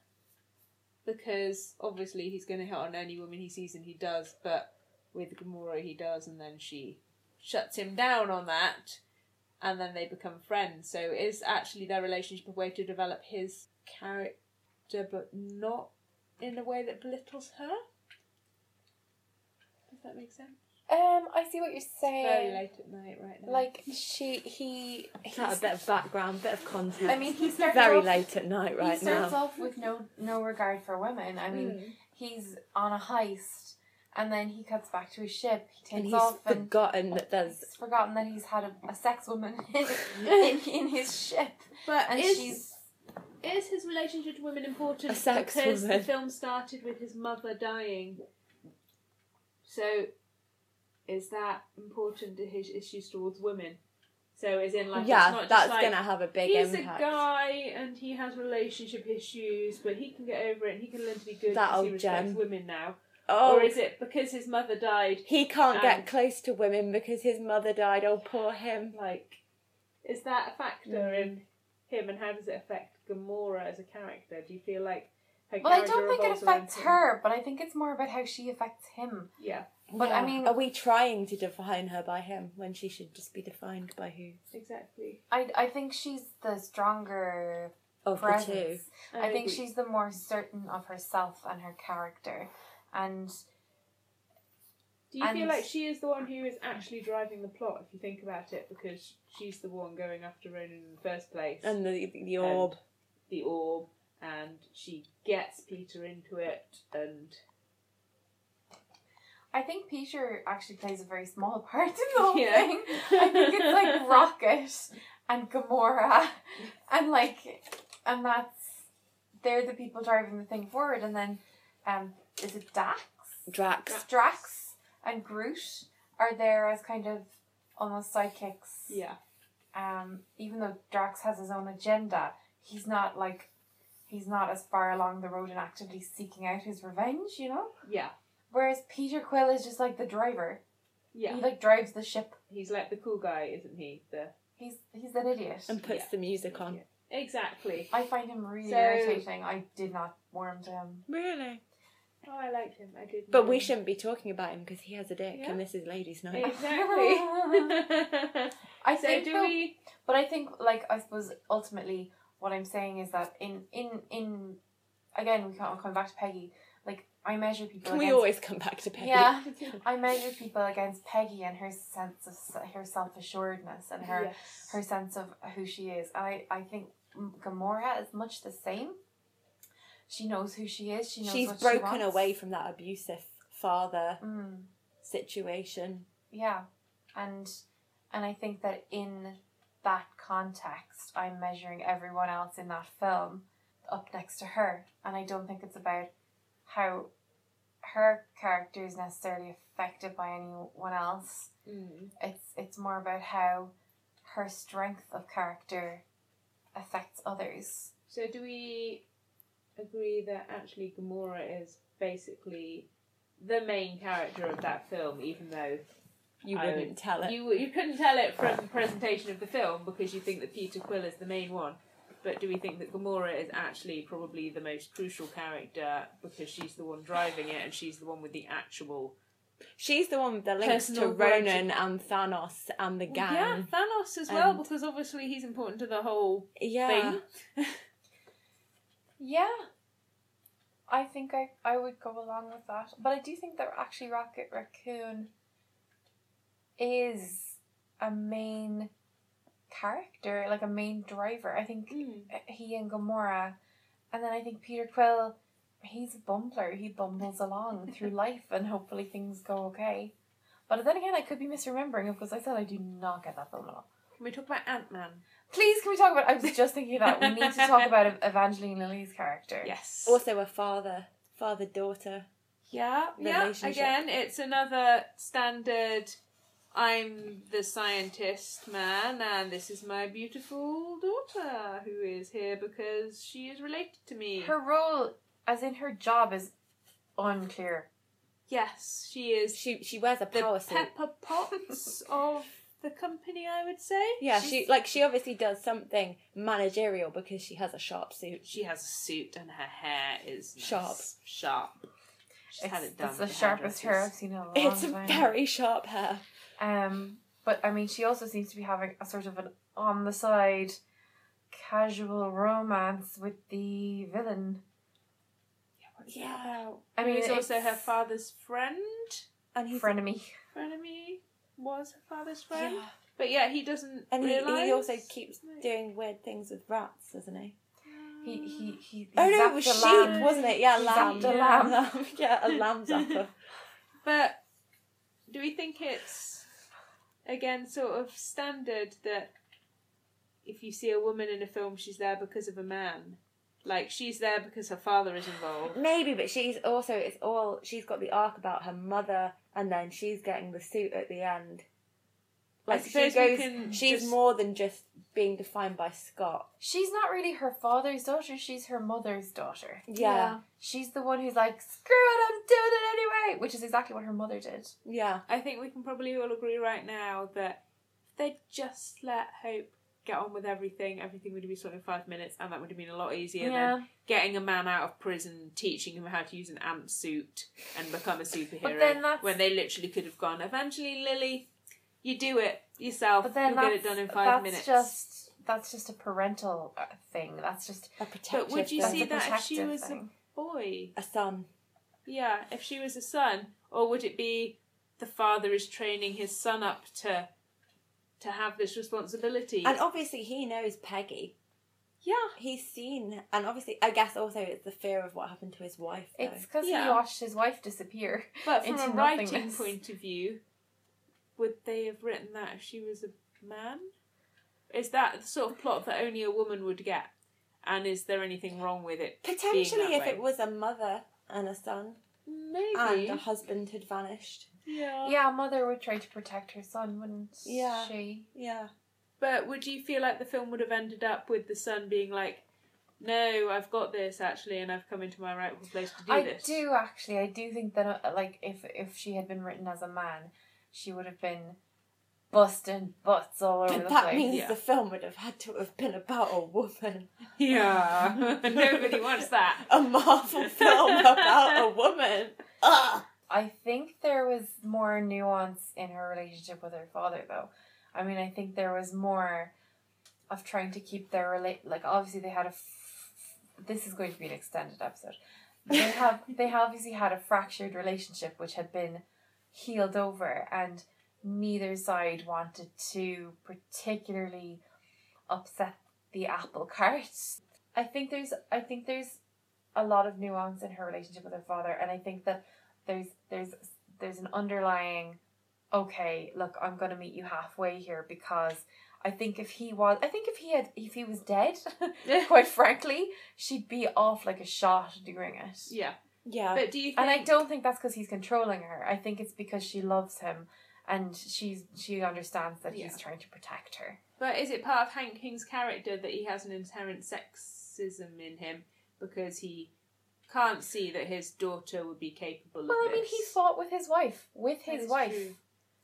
[SPEAKER 4] because obviously he's going to hit on any woman he sees and he does but with Gamora he does and then she shuts him down on that and then they become friends so is actually their relationship a way to develop his character but not in a way that belittles her does that make sense
[SPEAKER 1] um, I see what you're
[SPEAKER 4] very
[SPEAKER 1] saying.
[SPEAKER 4] late at night right now
[SPEAKER 1] Like she, he,
[SPEAKER 2] Is that a
[SPEAKER 1] he's-
[SPEAKER 2] bit of background, bit of context.
[SPEAKER 1] I mean, he starts
[SPEAKER 2] very
[SPEAKER 1] off-
[SPEAKER 2] late at night
[SPEAKER 1] he
[SPEAKER 2] right
[SPEAKER 1] starts
[SPEAKER 2] now. Mm.
[SPEAKER 1] off with no no regard for women. I mean, he's on a heist, and then he cuts back to his ship. He takes
[SPEAKER 2] And he's
[SPEAKER 1] off and
[SPEAKER 2] forgotten that there's
[SPEAKER 1] he's forgotten that he's had a, a sex woman <laughs> in, in, in his ship,
[SPEAKER 4] but
[SPEAKER 1] and
[SPEAKER 4] is-
[SPEAKER 1] she's
[SPEAKER 4] Is his relationship to women important?
[SPEAKER 2] A sex
[SPEAKER 4] because
[SPEAKER 2] woman.
[SPEAKER 4] the film started with his mother dying. So, is that important to his issues towards women? So, is in like it's
[SPEAKER 2] yeah,
[SPEAKER 4] not
[SPEAKER 2] that's
[SPEAKER 4] just like,
[SPEAKER 2] gonna have a big
[SPEAKER 4] he's
[SPEAKER 2] impact.
[SPEAKER 4] a guy and he has relationship issues, but he can get over it and he can learn to be good
[SPEAKER 2] That
[SPEAKER 4] because he
[SPEAKER 2] old
[SPEAKER 4] respects
[SPEAKER 2] gem.
[SPEAKER 4] women now.
[SPEAKER 2] Oh,
[SPEAKER 4] Or is it because his mother died?
[SPEAKER 2] he can't
[SPEAKER 4] and-
[SPEAKER 2] get close to women because his mother died. Oh, poor him.
[SPEAKER 4] Like, is that a factor
[SPEAKER 2] Mm-hmm.
[SPEAKER 4] in him and how does it affect Gamora as a character? Do you feel like her
[SPEAKER 1] Well, I
[SPEAKER 4] character
[SPEAKER 1] don't think it
[SPEAKER 4] revolves around
[SPEAKER 1] affects
[SPEAKER 4] him?
[SPEAKER 1] her, but I think it's more about how she affects him.
[SPEAKER 4] Yeah,
[SPEAKER 1] But I
[SPEAKER 2] Yeah. Oh.
[SPEAKER 1] mean,
[SPEAKER 2] are we trying to define her by him when she should just be defined by who?
[SPEAKER 4] exactly.
[SPEAKER 1] I I think she's the stronger
[SPEAKER 2] Of
[SPEAKER 1] presence.
[SPEAKER 2] the two.
[SPEAKER 1] I think
[SPEAKER 4] agree.
[SPEAKER 1] she's the more certain of herself and her character, and
[SPEAKER 4] Do you feel
[SPEAKER 1] and-
[SPEAKER 4] like she is the one who is actually driving the plot, if you think about it, because she's the one going after Ronan in the first place,
[SPEAKER 2] And the the orb.
[SPEAKER 4] the orb, and she gets Peter into it, and
[SPEAKER 1] I think Peter actually plays a very small part in the whole
[SPEAKER 4] Yeah.
[SPEAKER 1] thing. I think it's
[SPEAKER 4] <laughs>
[SPEAKER 1] like Rocket and Gamora and like and that's they're the people driving the thing forward and then um is it Dax?
[SPEAKER 2] Drax.
[SPEAKER 1] Drax and Groot are there as kind of almost sidekicks.
[SPEAKER 4] yeah,
[SPEAKER 1] Um even though Drax has his own agenda, he's not like he's not as far along the road and actively seeking out his revenge, you know?
[SPEAKER 4] yeah,
[SPEAKER 1] Whereas Peter Quill is just like the driver.
[SPEAKER 4] yeah.
[SPEAKER 1] He like drives the ship
[SPEAKER 4] He's like the cool guy, isn't he? The
[SPEAKER 1] He's he's an idiot.
[SPEAKER 2] And puts
[SPEAKER 4] Yeah.
[SPEAKER 2] the music on.
[SPEAKER 4] exactly.
[SPEAKER 1] I find him really
[SPEAKER 4] So-
[SPEAKER 1] irritating. I did not warm to him.
[SPEAKER 2] Really?
[SPEAKER 4] Oh, I liked him. I did.
[SPEAKER 2] But we shouldn't be talking about him because he has a dick
[SPEAKER 4] Yeah.
[SPEAKER 2] and this is ladies' night.
[SPEAKER 4] <laughs> exactly.
[SPEAKER 1] I
[SPEAKER 4] so
[SPEAKER 1] think
[SPEAKER 4] do
[SPEAKER 1] though-
[SPEAKER 4] we?
[SPEAKER 1] but I think like I suppose ultimately what I'm saying is that in in in again we can't come back to Peggy. Like I measure people
[SPEAKER 2] Can we
[SPEAKER 1] against
[SPEAKER 2] always come back to Peggy?
[SPEAKER 1] Yeah. I measure people against Peggy and her sense of s- her self assuredness and her
[SPEAKER 4] Yes.
[SPEAKER 1] her sense of who she is. And I, I think M- Gamora is much the same. She knows who she is. She knows
[SPEAKER 2] She's
[SPEAKER 1] what she
[SPEAKER 2] broken
[SPEAKER 1] wants.
[SPEAKER 2] away from that abusive father
[SPEAKER 1] Mm.
[SPEAKER 2] situation.
[SPEAKER 1] yeah and and i think that in that context, I'm measuring everyone else in that film up next to her. And I don't think it's about how her character is necessarily affected by anyone else.
[SPEAKER 4] Mm.
[SPEAKER 1] It's it's more about how her strength of character affects others.
[SPEAKER 4] So do we agree that actually Gamora is basically the main character of that film, even though
[SPEAKER 2] You
[SPEAKER 4] I
[SPEAKER 2] wouldn't tell it.
[SPEAKER 4] you you couldn't tell it from the presentation of the film because you think that Peter Quill is the main one. But do we think that Gamora is actually probably the most crucial character because she's the one driving it and she's the one with the actual
[SPEAKER 2] She's the one with the links to
[SPEAKER 4] Personal
[SPEAKER 2] Ronan and Thanos and the gang.
[SPEAKER 4] Yeah, Thanos as well
[SPEAKER 2] And-
[SPEAKER 4] because obviously he's important to the whole
[SPEAKER 2] Yeah.
[SPEAKER 4] thing.
[SPEAKER 1] Yeah. I think I, I would go along with that. But I do think that actually Rocket Raccoon is a main character, like a main driver. I think he and Gamora, and then I think Peter Quill, he's a bumbler. He bumbles along through life, and hopefully things go okay. But then again, I could be misremembering because I said I do not get that film at all.
[SPEAKER 4] Can we talk about Ant Man?
[SPEAKER 1] Please, can we talk about? I was just thinking that we need to talk about Ev- Evangeline Lilly's character.
[SPEAKER 4] Yes.
[SPEAKER 2] Also a father, father daughter.
[SPEAKER 4] Yeah, yeah.
[SPEAKER 2] Relationship.
[SPEAKER 4] Again, it's another standard. I'm the scientist man, and this is my beautiful daughter who is here because she is related to me.
[SPEAKER 1] Her role, as in her job, is unclear.
[SPEAKER 4] yes, she is
[SPEAKER 2] She she wears a
[SPEAKER 4] the
[SPEAKER 2] power suit.
[SPEAKER 4] Pepper Potts of the company. I would say.
[SPEAKER 2] yeah,
[SPEAKER 4] She's-
[SPEAKER 2] she like she obviously does something managerial because she has a sharp suit.
[SPEAKER 4] She has a suit, and her hair is nice,
[SPEAKER 2] Sharp.
[SPEAKER 4] Sharp. She's had
[SPEAKER 1] It's,
[SPEAKER 4] it done.
[SPEAKER 1] it's the
[SPEAKER 4] with a
[SPEAKER 1] sharpest hair I've
[SPEAKER 4] hairdresser's.
[SPEAKER 1] seen in a long
[SPEAKER 2] It's a
[SPEAKER 1] time.
[SPEAKER 2] very sharp hair.
[SPEAKER 1] Um, but I mean, she also seems to be having a sort of an on the side casual romance with the villain.
[SPEAKER 2] Yeah,
[SPEAKER 1] I mean,
[SPEAKER 4] Who's also
[SPEAKER 1] it's
[SPEAKER 4] her father's friend.
[SPEAKER 2] and he's
[SPEAKER 1] frenemy.
[SPEAKER 4] Frenemy was her father's
[SPEAKER 2] yeah.
[SPEAKER 4] friend. But yeah, he doesn't.
[SPEAKER 2] and he,
[SPEAKER 4] realize.
[SPEAKER 2] he also keeps doing weird things with rats, doesn't he?
[SPEAKER 1] He he he.
[SPEAKER 2] Oh no,
[SPEAKER 1] zapped
[SPEAKER 2] it was
[SPEAKER 1] a
[SPEAKER 2] sheep,
[SPEAKER 1] lamb.
[SPEAKER 2] wasn't it? Yeah,
[SPEAKER 1] He
[SPEAKER 2] lamb.
[SPEAKER 1] zapped a
[SPEAKER 2] yeah,
[SPEAKER 1] lamb.
[SPEAKER 2] <laughs> yeah, a
[SPEAKER 1] <laughs>
[SPEAKER 2] lamb zapper.
[SPEAKER 4] But do we think it's again sort of standard that if you see a woman in a film, she's there because of a man? Like she's there because her father is involved.
[SPEAKER 2] Maybe, but she's also it's all she's got the arc about her mother, and then she's getting the suit at the end.
[SPEAKER 4] I
[SPEAKER 2] Like she
[SPEAKER 4] suppose we
[SPEAKER 2] goes,
[SPEAKER 4] can
[SPEAKER 2] she's
[SPEAKER 4] just-
[SPEAKER 2] more than just being defined by Scott.
[SPEAKER 1] She's not really her father's daughter. She's her mother's daughter.
[SPEAKER 2] Yeah,
[SPEAKER 1] She's the one who's like, screw it, I'm doing it anyway, which is exactly what her mother did.
[SPEAKER 2] yeah.
[SPEAKER 4] I think we can probably all agree right now that if they just let Hope get on with everything, everything would have been sorted in five minutes, and that would have been a lot easier than getting a man out of prison, teaching him how to use an amp suit and become a superhero.
[SPEAKER 1] But then that's-
[SPEAKER 4] when they literally could have gone, Evangeline Lilly, you do it yourself.
[SPEAKER 1] But then
[SPEAKER 4] You'll get it
[SPEAKER 1] that's-
[SPEAKER 4] done in five
[SPEAKER 1] that's
[SPEAKER 4] minutes.
[SPEAKER 1] Just that's just a parental uh, thing. That's just
[SPEAKER 2] A protective.
[SPEAKER 4] but would you
[SPEAKER 2] thing.
[SPEAKER 4] see
[SPEAKER 1] a
[SPEAKER 4] that if she
[SPEAKER 1] protective
[SPEAKER 4] was
[SPEAKER 1] thing.
[SPEAKER 4] a boy?
[SPEAKER 2] a son?
[SPEAKER 4] Yeah, if she was a son, or would it be the father is training his son up to to have this responsibility?
[SPEAKER 2] And obviously, he knows Peggy.
[SPEAKER 4] yeah,
[SPEAKER 2] He's seen, and obviously, I guess also it's the fear of what happened to his wife. Though.
[SPEAKER 1] it's because
[SPEAKER 4] Yeah.
[SPEAKER 1] he watched his wife disappear.
[SPEAKER 4] <laughs> but from
[SPEAKER 1] Into
[SPEAKER 4] a writing
[SPEAKER 1] nothingness.
[SPEAKER 4] point of view, would they have written that if she was a man? Is that the sort of plot that only a woman would get? And is there anything wrong with it? being that
[SPEAKER 2] potentially, if
[SPEAKER 4] way?
[SPEAKER 2] it was a mother and a son
[SPEAKER 4] maybe,
[SPEAKER 2] and uh, a husband had vanished.
[SPEAKER 4] yeah.
[SPEAKER 1] Yeah, mother would try to protect her son, wouldn't
[SPEAKER 2] Yeah.
[SPEAKER 1] she?
[SPEAKER 2] Yeah.
[SPEAKER 4] But would you feel like the film would have ended up with the son being like, "No, I've got this actually, and I've come into my rightful place to do
[SPEAKER 1] I
[SPEAKER 4] this."
[SPEAKER 1] do actually. I do think that uh, like if if she had been written as a man, she would have been busting butts all over
[SPEAKER 2] But
[SPEAKER 1] the
[SPEAKER 2] that
[SPEAKER 1] place.
[SPEAKER 2] means
[SPEAKER 4] Oh, yeah.
[SPEAKER 2] the film would have had to have been about a woman.
[SPEAKER 4] Yeah, <laughs> nobody
[SPEAKER 1] <laughs>
[SPEAKER 4] wants that.
[SPEAKER 2] A
[SPEAKER 4] <laughs>
[SPEAKER 2] Marvel film about a woman. Ugh.
[SPEAKER 1] I think there was more nuance in her relationship with her father, though. I mean, I think there was more of trying to keep their relate. Like, obviously, they had a. F- this is going to be an extended episode. They have. they obviously had a fractured relationship, which had been healed over, and neither side wanted to particularly upset the apple cart. I think there's. I think there's a lot of nuance in her relationship with her father, and I think that there's there's there's an underlying okay, look, I'm gonna meet you halfway here because I think if he was, I think if he had, if he was dead, <laughs> quite frankly, she'd be off like a shot doing it.
[SPEAKER 4] Yeah.
[SPEAKER 2] Yeah.
[SPEAKER 4] But do you think.
[SPEAKER 1] And I don't think that's because he's controlling her. I think it's because she loves him, and she's she understands that
[SPEAKER 4] Yeah.
[SPEAKER 1] he's trying to protect her.
[SPEAKER 4] But is it part of Hank King's character that he has an inherent sexism in him because he can't see that his daughter would be capable of
[SPEAKER 1] Well, I mean,
[SPEAKER 4] this?
[SPEAKER 1] he fought with his wife, with his
[SPEAKER 4] That's
[SPEAKER 1] wife.
[SPEAKER 4] true.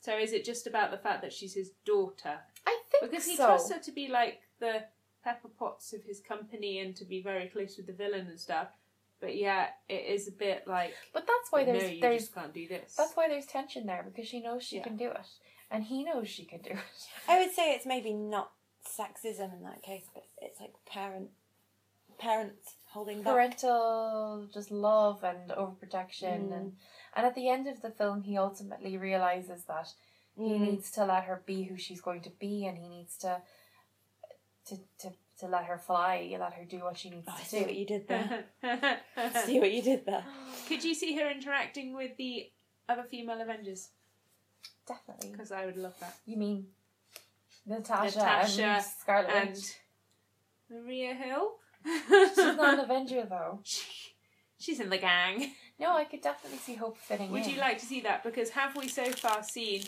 [SPEAKER 4] So is it just about the fact that she's his daughter?
[SPEAKER 1] I think
[SPEAKER 4] Because he
[SPEAKER 1] so.
[SPEAKER 4] trusts her to be like the Pepper Potts of his company and to be very close with the villain and stuff. But yeah, it is a bit like
[SPEAKER 1] but that's why
[SPEAKER 4] no,
[SPEAKER 1] there's
[SPEAKER 4] you
[SPEAKER 1] there's
[SPEAKER 4] just can't do this.
[SPEAKER 1] that's why there's tension there because she knows she
[SPEAKER 4] Yeah.
[SPEAKER 1] can do it, and he knows she can do it. <laughs>
[SPEAKER 2] I would say it's maybe not sexism in that case, but it's like parent parents holding back.
[SPEAKER 1] parental just love and overprotection
[SPEAKER 2] Mm.
[SPEAKER 1] and and at the end of the film he ultimately realizes that he
[SPEAKER 2] Mm.
[SPEAKER 1] needs to let her be who she's going to be and he needs to to to, to let her fly let her do what she needs
[SPEAKER 2] Oh, I
[SPEAKER 1] to
[SPEAKER 2] see what
[SPEAKER 1] do
[SPEAKER 2] you did
[SPEAKER 4] <laughs>
[SPEAKER 2] there.
[SPEAKER 1] <laughs>
[SPEAKER 2] I see what you did there.
[SPEAKER 4] Could you see her interacting with the other female Avengers?
[SPEAKER 1] definitely
[SPEAKER 4] Because I would love that.
[SPEAKER 1] you mean Natasha,
[SPEAKER 4] Natasha
[SPEAKER 1] and Scarlet
[SPEAKER 4] and
[SPEAKER 1] Witch.
[SPEAKER 4] Maria Hill.
[SPEAKER 1] She's not
[SPEAKER 4] <laughs>
[SPEAKER 1] an Avenger though.
[SPEAKER 4] She's in the gang.
[SPEAKER 1] No, I could definitely see Hope fitting
[SPEAKER 4] Would
[SPEAKER 1] in.
[SPEAKER 4] you like to see that? Because have we so far seen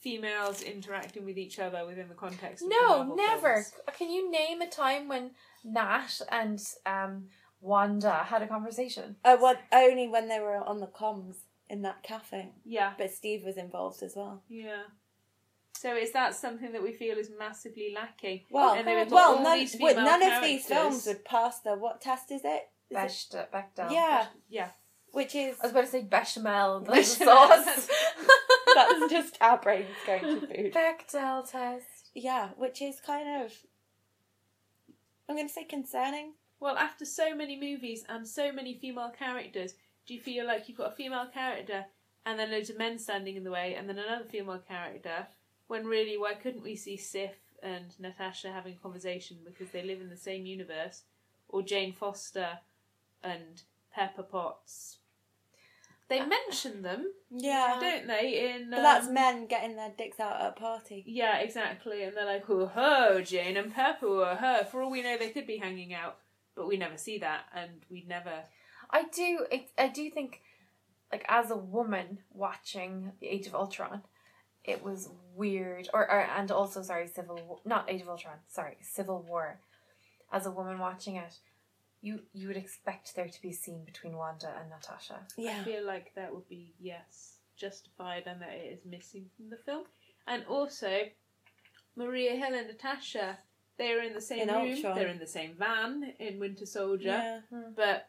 [SPEAKER 4] females interacting with each other within the context? Of the
[SPEAKER 1] No,
[SPEAKER 4] Marvel
[SPEAKER 1] never.
[SPEAKER 4] films?
[SPEAKER 1] Can you name a time when Nat and um, Wanda had a conversation?
[SPEAKER 2] Uh, well, only when they were on the comms in that cafe,
[SPEAKER 4] Yeah,
[SPEAKER 2] but Steve was involved as well.
[SPEAKER 4] yeah. So is that something that we feel is massively lacking?
[SPEAKER 2] Well,
[SPEAKER 4] And then we've got
[SPEAKER 2] well,
[SPEAKER 4] all
[SPEAKER 2] none,
[SPEAKER 4] these
[SPEAKER 2] wait,
[SPEAKER 4] female
[SPEAKER 2] none of these
[SPEAKER 4] characters.
[SPEAKER 2] films would pass the what test is it? Is it-
[SPEAKER 1] Bechtel. uh, Bechdel.
[SPEAKER 2] yeah,
[SPEAKER 4] Yeah.
[SPEAKER 2] which
[SPEAKER 4] <laughs>
[SPEAKER 2] is
[SPEAKER 1] I was about to say bechamel, but it's
[SPEAKER 2] <laughs>
[SPEAKER 4] Bechamel.
[SPEAKER 1] sauce. <laughs>
[SPEAKER 2] that's just our brains going to food.
[SPEAKER 1] Bechdel test.
[SPEAKER 2] Yeah, which is kind of I'm going to say concerning.
[SPEAKER 4] Well, after so many movies and so many female characters, do you feel like you've got a female character and then loads of men standing in the way and then another female character? When really, why couldn't we see Sif and Natasha having conversation because they live in the same universe? Or Jane Foster and Pepper Potts? They mention them,
[SPEAKER 2] Yeah,
[SPEAKER 4] don't they? In
[SPEAKER 2] Uh, but that's
[SPEAKER 4] um,
[SPEAKER 2] men getting their dicks out at a party.
[SPEAKER 4] yeah, exactly. And they're like, oh, her, Jane and Pepper were her. For all we know, they could be hanging out, but we never see that, and we never.
[SPEAKER 1] I do. It, I do think, like as a woman watching the Age of Ultron, it was weird. Or, or and also sorry, Civil War, not Age of Ultron. Sorry, Civil War. As a woman watching it, you you would expect there to be a scene between Wanda and Natasha.
[SPEAKER 2] Yeah,
[SPEAKER 4] I feel like that would be yes, justified, and that it is missing from the film. And also, Maria Hill and Natasha, they are in the same
[SPEAKER 2] In
[SPEAKER 4] room.
[SPEAKER 2] Ultron.
[SPEAKER 4] They're in the same van in Winter Soldier,
[SPEAKER 2] yeah.
[SPEAKER 4] but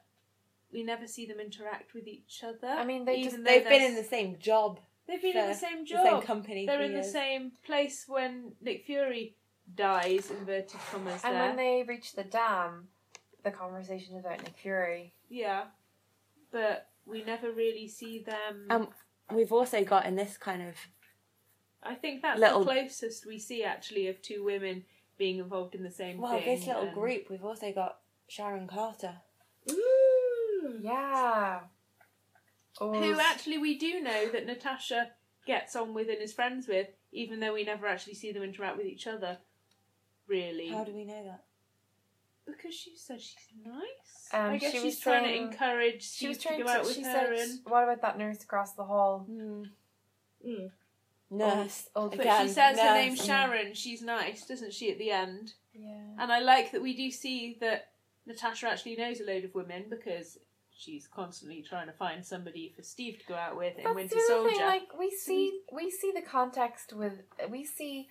[SPEAKER 4] we never see them interact with each other.
[SPEAKER 1] I mean, they
[SPEAKER 4] even
[SPEAKER 1] just-
[SPEAKER 4] though
[SPEAKER 2] They've been
[SPEAKER 4] they're-
[SPEAKER 2] in the same job,
[SPEAKER 4] they've been in the
[SPEAKER 2] for
[SPEAKER 4] same
[SPEAKER 2] the same
[SPEAKER 4] job.
[SPEAKER 2] company.
[SPEAKER 4] they're
[SPEAKER 2] for
[SPEAKER 4] in the
[SPEAKER 2] years.
[SPEAKER 4] same place when Nick Fury dies. Inverted commas.
[SPEAKER 1] And
[SPEAKER 4] there.
[SPEAKER 1] when they reach the dam, the conversation is about Nick Fury.
[SPEAKER 4] Yeah, but we never really see them.
[SPEAKER 2] Um, We've also got in this kind of
[SPEAKER 4] I think that's
[SPEAKER 2] little-
[SPEAKER 4] the closest we see actually of two women being involved in the same
[SPEAKER 2] well,
[SPEAKER 4] thing.
[SPEAKER 2] this little
[SPEAKER 4] and-
[SPEAKER 2] group. We've also got Sharon Carter.
[SPEAKER 1] Yeah. Oh,
[SPEAKER 4] who actually we do know that Natasha gets on with and is friends with, even though we never actually see them interact with each other. Really,
[SPEAKER 2] How do we know that?
[SPEAKER 4] because she said she's nice.
[SPEAKER 1] Um,
[SPEAKER 4] I guess
[SPEAKER 1] she
[SPEAKER 4] she's
[SPEAKER 1] was
[SPEAKER 4] trying
[SPEAKER 1] saying-
[SPEAKER 4] to encourage.
[SPEAKER 1] She was
[SPEAKER 4] Steve
[SPEAKER 1] trying
[SPEAKER 4] to go out
[SPEAKER 1] to.
[SPEAKER 4] with
[SPEAKER 1] She said,
[SPEAKER 4] her and.
[SPEAKER 1] "What about that nurse across the hall?"
[SPEAKER 2] Hmm. Nurse.
[SPEAKER 1] Old,
[SPEAKER 4] Mm. Oh, But
[SPEAKER 2] Again,
[SPEAKER 4] she says her
[SPEAKER 2] nurse.
[SPEAKER 4] name's Sharon. She's nice, doesn't she? At the end.
[SPEAKER 1] Yeah.
[SPEAKER 4] And I like that we do see that Natasha actually knows a load of women because she's constantly trying to find somebody for Steve to go out with in Winter Soldier.
[SPEAKER 1] Like we see, we see the context with we see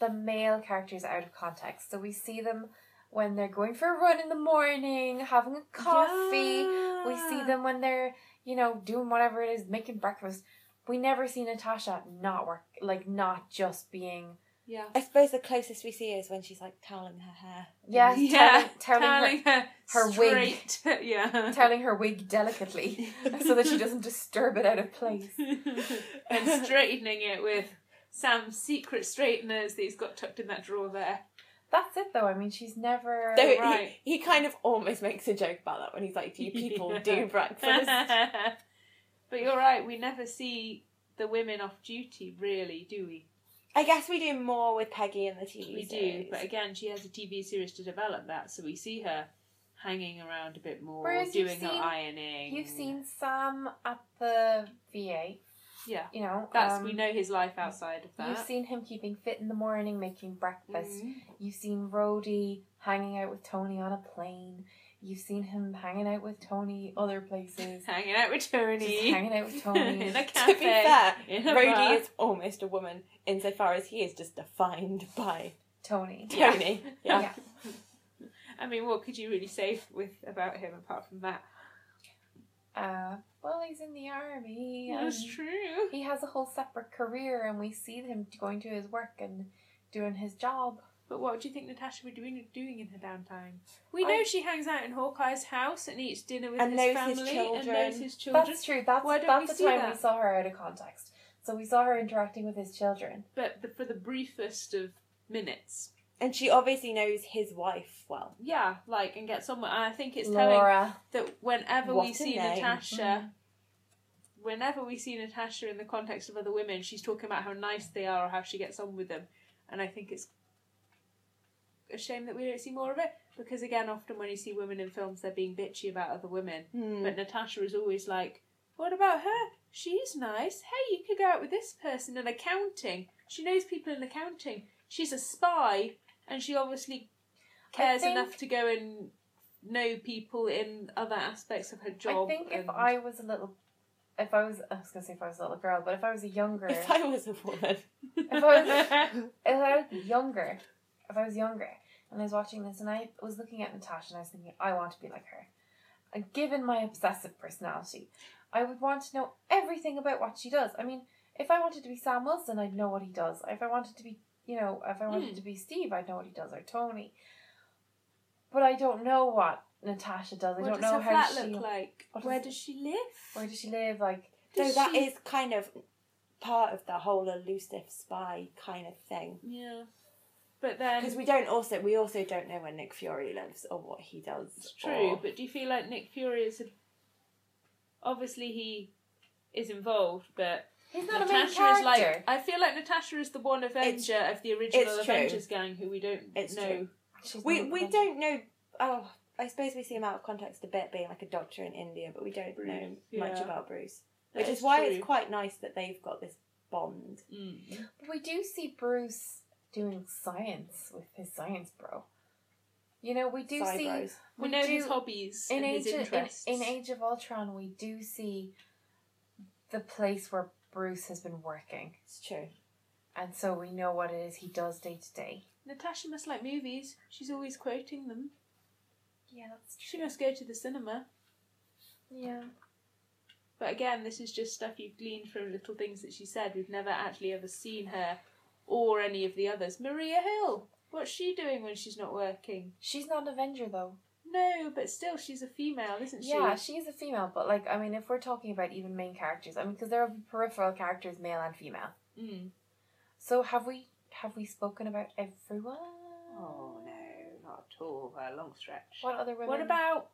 [SPEAKER 1] the male characters out of context. So we see them when they're going for a run in the morning, having a coffee. We
[SPEAKER 4] Ah.
[SPEAKER 1] see them when they're you know doing whatever it is, making breakfast. We never see Natasha not work like not just being
[SPEAKER 4] Yeah.
[SPEAKER 2] I suppose the closest we see is when she's like toweling her hair.
[SPEAKER 1] yeah,
[SPEAKER 4] Yeah,
[SPEAKER 1] telling, telling her
[SPEAKER 4] Telling her,
[SPEAKER 1] her wig.
[SPEAKER 4] straight. <laughs> yeah.
[SPEAKER 1] telling her wig
[SPEAKER 4] <laughs>
[SPEAKER 1] delicately so that she doesn't disturb it out of place.
[SPEAKER 4] and straightening it with Sam's secret straighteners that he's got tucked in that drawer there.
[SPEAKER 1] That's it though. I mean, she's never.
[SPEAKER 2] Though he-
[SPEAKER 4] Right.
[SPEAKER 2] he, kind of almost <laughs> makes a joke about that when
[SPEAKER 4] <laughs>
[SPEAKER 2] he's like, "Do you people do breakfast?"
[SPEAKER 4] but you're right, we never see the women off duty, really, do we?
[SPEAKER 2] I guess we do more with Peggy and the TV
[SPEAKER 4] We do,
[SPEAKER 2] series.
[SPEAKER 4] but again, she has a TV series to develop that, so we see her hanging around a bit more,
[SPEAKER 1] Whereas you've
[SPEAKER 4] doing her
[SPEAKER 1] seen-
[SPEAKER 4] ironing.
[SPEAKER 1] You've seen Sam at the VA,
[SPEAKER 4] yeah.
[SPEAKER 1] you know.
[SPEAKER 4] That's
[SPEAKER 1] um,
[SPEAKER 4] we know his life outside of that.
[SPEAKER 1] You've seen him keeping fit in the morning, making breakfast.
[SPEAKER 4] Mm.
[SPEAKER 1] You've seen Rhodey hanging out with Tony on a plane. You've seen him hanging out with Tony other places.
[SPEAKER 4] hanging out with Tony, <laughs>
[SPEAKER 1] Just hanging out with Tony.
[SPEAKER 4] in a
[SPEAKER 2] <laughs> to
[SPEAKER 4] cafe.
[SPEAKER 2] be
[SPEAKER 4] <laughs>
[SPEAKER 2] fair,
[SPEAKER 4] in a bar.
[SPEAKER 2] Rhodey is almost a woman insofar as he is just defined by
[SPEAKER 1] Tony.
[SPEAKER 4] <laughs> Yeah.
[SPEAKER 2] Tony.
[SPEAKER 1] Yeah.
[SPEAKER 2] Yeah.
[SPEAKER 4] I mean, what could you really say with about him apart from that?
[SPEAKER 1] Uh, well, he's in the army.
[SPEAKER 4] That's
[SPEAKER 1] and
[SPEAKER 4] true.
[SPEAKER 1] He has a whole separate career, and we see him going to his work and doing his job.
[SPEAKER 4] But what do you think Natasha would be doing, doing in her downtime? We
[SPEAKER 1] I-
[SPEAKER 4] know she hangs out in Hawkeye's house and eats dinner with
[SPEAKER 2] And
[SPEAKER 4] his
[SPEAKER 2] knows his
[SPEAKER 4] family and
[SPEAKER 2] children.
[SPEAKER 4] knows his children.
[SPEAKER 1] That's true. That's
[SPEAKER 4] Why don't we
[SPEAKER 1] that's
[SPEAKER 4] see
[SPEAKER 1] the time
[SPEAKER 4] that?
[SPEAKER 1] we saw her out of context. So we saw her interacting with his children.
[SPEAKER 4] But the, for the briefest of minutes.
[SPEAKER 2] And she obviously knows his wife well.
[SPEAKER 4] Yeah, like, and get somewhere. And I think it's telling
[SPEAKER 1] Laura.
[SPEAKER 4] that whenever we
[SPEAKER 2] What a
[SPEAKER 4] see
[SPEAKER 2] name. Mm.
[SPEAKER 4] Natasha, whenever we see Natasha in the context of other women, she's talking about how nice they are or how she gets on with them. And I think it's a shame that we don't see more of it because, again, often when you see women in films, they're being bitchy about other women.
[SPEAKER 2] Hmm.
[SPEAKER 4] But Natasha is always like, What about her? She's nice. Hey, you could go out with this person in accounting. She knows people in accounting. She's a spy, and she obviously cares
[SPEAKER 1] think-
[SPEAKER 4] enough to go and know people in other aspects of her job.
[SPEAKER 1] I think if
[SPEAKER 4] and- <laughs>
[SPEAKER 1] I was a little, if I was, I was gonna say if I was a little girl, but if I was a younger,
[SPEAKER 2] If I was a woman,
[SPEAKER 1] if I if I was younger, if I was younger and I was watching this and I was looking at Natasha and I was thinking, I want to be like her. And given my obsessive personality, I would want to know everything about what she does. I mean, if I wanted to be Sam Wilson, I'd know what he does. If I wanted to be, you know, if I wanted
[SPEAKER 4] Mm.
[SPEAKER 1] to be Steve, I'd know what he does, or Tony. But I don't know what Natasha does. I
[SPEAKER 4] what
[SPEAKER 1] don't
[SPEAKER 4] does
[SPEAKER 1] know
[SPEAKER 4] her
[SPEAKER 1] how
[SPEAKER 4] flat
[SPEAKER 1] she.
[SPEAKER 4] look like?
[SPEAKER 1] what
[SPEAKER 4] Where
[SPEAKER 1] does-
[SPEAKER 4] does she live?
[SPEAKER 1] Where does she live? Like,
[SPEAKER 2] so
[SPEAKER 4] Does
[SPEAKER 2] that
[SPEAKER 4] she-
[SPEAKER 2] is kind of part of the whole elusive spy kind of thing.
[SPEAKER 4] Yeah. But then.
[SPEAKER 2] Because we don't also we also don't know where Nick Fury lives or what he does.
[SPEAKER 4] It's
[SPEAKER 1] Oh.
[SPEAKER 4] true,
[SPEAKER 2] or-
[SPEAKER 4] but do you feel like Nick Fury is a... obviously he is involved, but
[SPEAKER 1] he's not
[SPEAKER 4] Natasha
[SPEAKER 1] a main character.
[SPEAKER 4] is like I feel like Natasha is the one Avenger of the original
[SPEAKER 2] it's true.
[SPEAKER 4] Avengers gang who we don't
[SPEAKER 2] It's
[SPEAKER 4] know.
[SPEAKER 2] true.
[SPEAKER 1] She's
[SPEAKER 2] we
[SPEAKER 1] not a
[SPEAKER 2] we
[SPEAKER 1] main-
[SPEAKER 2] don't know. Oh, I suppose we see him out of context a bit, being like a doctor in India, but we don't know
[SPEAKER 4] Bruce, yeah.
[SPEAKER 2] much about Bruce,
[SPEAKER 4] That
[SPEAKER 2] which is why
[SPEAKER 4] true.
[SPEAKER 2] it's quite nice that they've got this bond.
[SPEAKER 4] Mm.
[SPEAKER 1] We do see Bruce doing science with his science bro. You know, we do
[SPEAKER 2] Side
[SPEAKER 1] see
[SPEAKER 2] bros.
[SPEAKER 1] we
[SPEAKER 4] We, know
[SPEAKER 1] do-
[SPEAKER 4] his hobbies
[SPEAKER 1] in
[SPEAKER 4] and
[SPEAKER 1] Age
[SPEAKER 4] his
[SPEAKER 1] of, in,
[SPEAKER 4] interests.
[SPEAKER 1] in Age of Ultron. We do see the place where Bruce has been working,
[SPEAKER 2] It's true.
[SPEAKER 1] and so we know what it is he does day to day.
[SPEAKER 4] Natasha must like movies. She's always quoting them.
[SPEAKER 1] Yeah, that's
[SPEAKER 4] She must go to the cinema.
[SPEAKER 1] yeah.
[SPEAKER 4] But again, this is just stuff you've gleaned from little things that she said. We've never actually ever seen her or any of the others. Maria Hill. What's she doing when she's not working?
[SPEAKER 1] She's not an Avenger though.
[SPEAKER 4] No, but still, she's a female, isn't she?
[SPEAKER 1] Yeah, she is a female, but like I mean, if we're talking about even main characters, I mean, because there are peripheral characters, male and female.
[SPEAKER 4] Mm.
[SPEAKER 1] So have we have we spoken about everyone?
[SPEAKER 4] Oh no, not at all. A long stretch. What,
[SPEAKER 1] What other women?
[SPEAKER 4] about?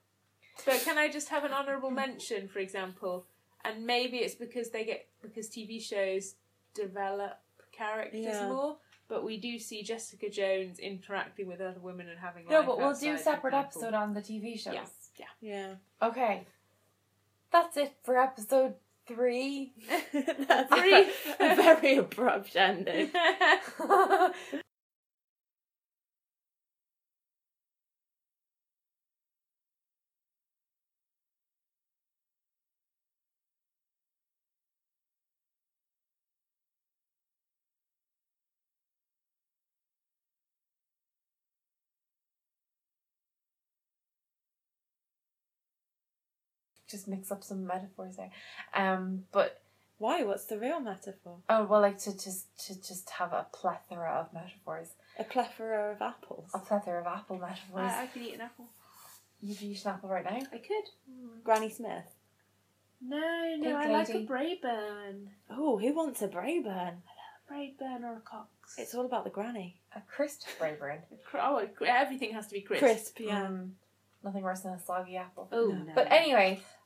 [SPEAKER 4] But can I just have an honourable mention, for example? And maybe it's because they get because TV shows develop characters
[SPEAKER 2] Yeah.
[SPEAKER 4] more. But we do see Jessica Jones interacting with other women and having.
[SPEAKER 1] No,
[SPEAKER 4] life
[SPEAKER 1] but we'll
[SPEAKER 4] outside,
[SPEAKER 1] do
[SPEAKER 4] for
[SPEAKER 1] separate
[SPEAKER 4] example.
[SPEAKER 1] episode on the TV shows.
[SPEAKER 4] Yeah.
[SPEAKER 2] <laughs> Yeah,
[SPEAKER 1] Okay. That's it for episode three.
[SPEAKER 2] that's
[SPEAKER 4] Three.
[SPEAKER 2] a very abrupt ending.
[SPEAKER 1] Just mix up some metaphors there. Um, but
[SPEAKER 2] <laughs> Why? What's the real metaphor?
[SPEAKER 1] oh well, like to just to just have a plethora of metaphors,
[SPEAKER 2] A plethora of apples.
[SPEAKER 1] a plethora of apple metaphors.
[SPEAKER 4] Uh, I, I could eat an apple.
[SPEAKER 1] you can eat an apple right now.
[SPEAKER 4] I could.
[SPEAKER 2] Granny Smith.
[SPEAKER 4] No, no,
[SPEAKER 1] Pink
[SPEAKER 4] I like a
[SPEAKER 1] lady.
[SPEAKER 4] Brayburn.
[SPEAKER 2] Oh, who wants a Brayburn?
[SPEAKER 4] Brayburn or a Cox.
[SPEAKER 2] It's all about the granny.
[SPEAKER 1] A crisp Braeburn.
[SPEAKER 4] Cr- Oh, cr- everything has to be crisp.
[SPEAKER 1] Mm.
[SPEAKER 2] Crisp, yeah.
[SPEAKER 1] Um, nothing worse than a soggy apple.
[SPEAKER 4] Oh,
[SPEAKER 2] No.
[SPEAKER 1] But anyway,